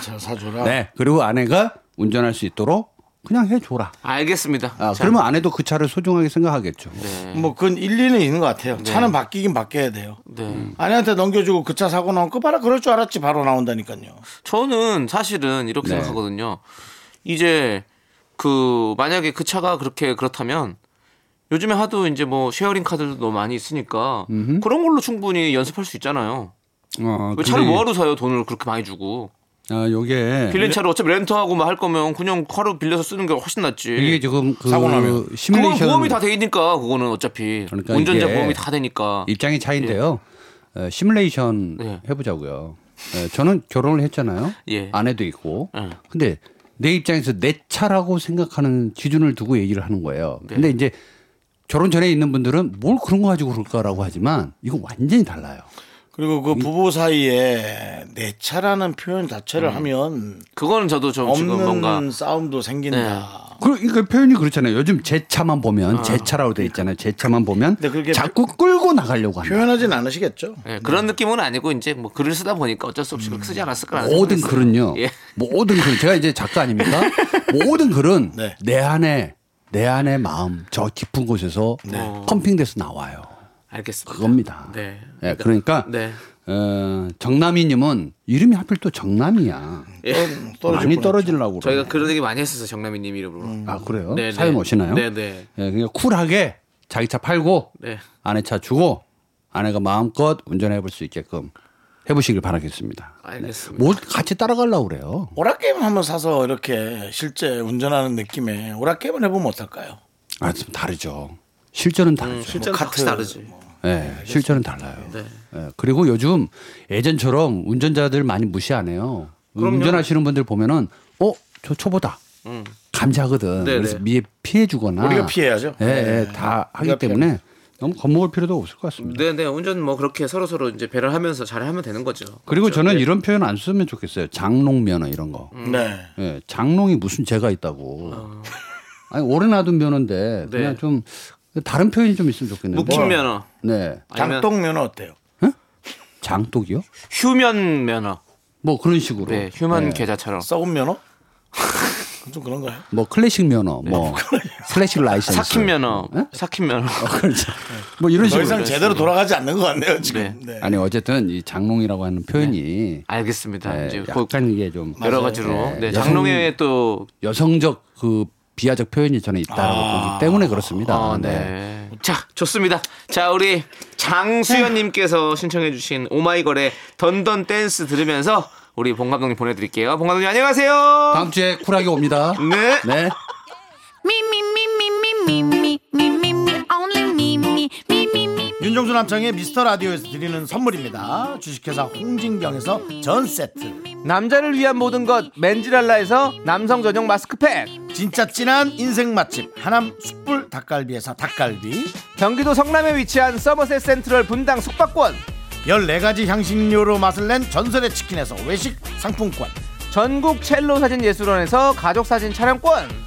S1: 잘 사줘라.
S7: 네 그리고 아내가 운전할 수 있도록 그냥 해줘라.
S2: 알겠습니다.
S7: 아,
S2: 자, 네.
S7: 그러면 아내도 그 차를 소중하게 생각하겠죠.
S1: 뭐 그건 일리는 있는 것 같아요. 차는 바뀌긴 바뀌어야 돼요.
S2: 네.
S1: 아내한테 넘겨주고 그 차 사고 나면 그봐라 그럴 줄 알았지 바로 나온다니까요.
S2: 저는 사실은 이렇게
S7: 네.
S2: 생각하거든요. 이제 그 만약에 그 차가 그렇게 그렇다면 요즘에 하도 이제 뭐 쉐어링 카드도 너무 많이 있으니까 그런 걸로 충분히 연습할 수 있잖아요.
S7: 어,
S2: 왜 차를 뭐하러 사요? 돈을 그렇게 많이 주고
S7: 아, 요게
S2: 빌린 차를 어차피 렌트하고 막 할 거면 그냥 하루 빌려서 쓰는 게 훨씬
S7: 이게
S2: 낫지.
S7: 지금 그
S1: 사고 나면.
S7: 시뮬레이션
S2: 그건 보험이 다 되니까 그거는 어차피
S7: 그러니까
S2: 운전자
S7: 이게
S2: 보험이 다 되니까.
S7: 입장의 차인데요. 어, 시뮬레이션
S2: 아. 예.
S7: 해보자고요. 예, 저는 결혼을 했잖아요.
S2: 예.
S7: 아내도 있고.
S2: 예.
S7: 근데 내 입장에서 내 차라고 생각하는 기준을 두고 얘기를 하는 거예요. 근데 이제 결혼 전에 있는 분들은 뭘 그런 거 가지고 그럴까라고 하지만 이건 완전히 달라요.
S1: 그리고 그 부부 사이에 내 차라는 표현 자체를 하면
S2: 그거는 저도 좀 지금
S1: 없는 음.
S2: 뭔가
S1: 싸움도 생긴다.
S7: 그- 그러니까 표현이 그렇잖아요. 요즘 제 차만 보면 제 차라고 돼 있잖아요. 제 차만 보면
S1: 근데 그게
S7: 자꾸 끌고 나가려고 한다.
S1: 표현하진 않으시겠죠.
S2: 예, 그런 느낌은 아니고 이제 뭐 글을 쓰다 보니까 어쩔 수 없이 그렇게 쓰지 않았을까라는
S7: 모든
S2: 생각이
S7: 글은요.
S2: 예.
S7: 모든 글 제가 이제 작가 아닙니까? 모든 글은
S1: 네.
S7: 내 안에 내 안의 마음 저 깊은 곳에서 컴핑돼서 나와요.
S2: 알겠습니다.
S7: 그겁니다.
S2: 네.
S7: 예, 그러니까
S2: 네.
S7: 어, 정남이님은 이름이 하필 또 정남이야.
S1: 떨어질
S7: 많이
S1: 뻔했죠.
S7: 떨어지려고 그래.
S2: 예, 저희가 그런 얘기 많이 했었어요. 정남이 님 이름으로.
S7: 아 그래요?
S2: 네, 네.
S7: 사연 오시나요?
S2: 네, 네.
S7: 예, 그러니까 쿨하게 자기 차 팔고
S2: 네.
S7: 아내 차 주고 아내가 마음껏 운전해 볼 수 있게끔 해보시길 바라겠습니다.
S2: 알겠습니다.
S7: 뭘 같이 따라가려고 그래요?
S1: 오락게임 한번 사서 이렇게 실제 운전하는 느낌의 오락게임을 해보면 어떨까요?
S7: 아, 좀 다르죠. 실전은 다르죠.
S2: 뭐, 음, 실제로
S1: 카트,
S2: 확실히 다르지.
S7: 예, 실전은 달라요. 예, 그리고 요즘 예전처럼 운전자들 많이 무시 안 해요. 운전하시는 분들 보면은 어, 저 초보다. 감지하거든.
S2: 네네.
S7: 그래서 미에 피해 주거나
S1: 우리가 피해야죠.
S7: 예, 예,
S1: 네.
S7: 다 하기
S1: 우리가
S7: 때문에 너무 겁먹을 필요도 없을 것 같습니다.
S2: 네, 네. 운전 뭐 그렇게 서로 서로 이제 배를 하면서 잘 하면 되는 거죠. 그렇죠? 예. 네.
S7: 그리고 저는 이런 표현 안 쓰면 좋겠어요. 장롱 면허 이런 거.
S1: 네.
S7: 예, 장롱이 무슨 죄가 있다고. 아니, 오래 놔둔 면허인데 그냥
S2: 네.
S7: 좀 다른 표현이 좀 있으면 좋겠는데.
S2: 묵힌 면허.
S7: 네.
S2: 아니면
S1: 장독 면허 어때요?
S7: 장독이요?
S2: 휴면 면허.
S7: 뭐 예. 그런 식으로.
S2: 네, 휴면 계좌처럼.
S1: 썩은 면허? 좀 그런가요?
S7: 뭐 클래식 면허, 뭐 클래식 라이센스,
S2: 삭힌 면허. 삭힌 면허. 네.
S7: 그렇죠. 뭐 예? 이런
S1: 더
S7: 식으로.
S1: 이상 제대로 돌아가지 않는 것 같네요 지금. 네.
S7: 아니 어쨌든 이 장롱이라고 하는 표현이
S2: 네. 알겠습니다.
S7: 예,
S2: 이제 그
S7: 약간 이게 좀
S2: 여러 가지로. 네,
S7: 여성- 음.
S2: 장롱에 또
S7: 여성적 그 비하적 표현이 저는 있다라고 보기 때문에 그렇습니다.
S2: 아,
S7: 네.
S2: 네. 자, 좋습니다. 자, 우리 장수연님께서 신청해주신 오마이걸의 던던 댄스 들으면서 우리 봉 감독님 보내드릴게요. 봉 감독님 안녕하세요.
S7: 다음 주에 쿨하게 옵니다.
S2: 네.
S7: 네.
S1: 윤정수 남창의 미스터 라디오에서 드리는 선물입니다. 주식회사 홍진경에서 전 세트.
S2: 남자를 위한 모든 것 맨지랄라에서 남성 전용 마스크팩.
S1: 진짜 진한 인생 맛집 하남 숯불 닭갈비에서 닭갈비.
S2: 경기도 성남에 위치한 서머셋 센트럴 분당 숙박권.
S1: 14가지 향신료로 맛을 낸 전설의 치킨에서 외식 상품권.
S2: 전국 첼로 사진 예술원에서 가족 사진 촬영권.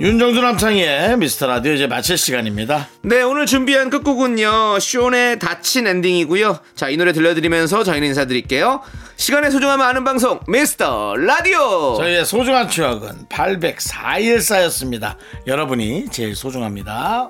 S1: 윤정수 남창희의 미스터 라디오 이제 마칠 시간입니다.
S2: 네, 오늘 준비한 끝곡은요. 쇼의 닫힌 엔딩이고요. 자, 이 노래 들려드리면서 저희는 인사드릴게요. 시간의 소중함을 아는 방송 미스터 라디오.
S1: 저희의 소중한 추억은 804일 쌓였습니다. 여러분이 제일 소중합니다.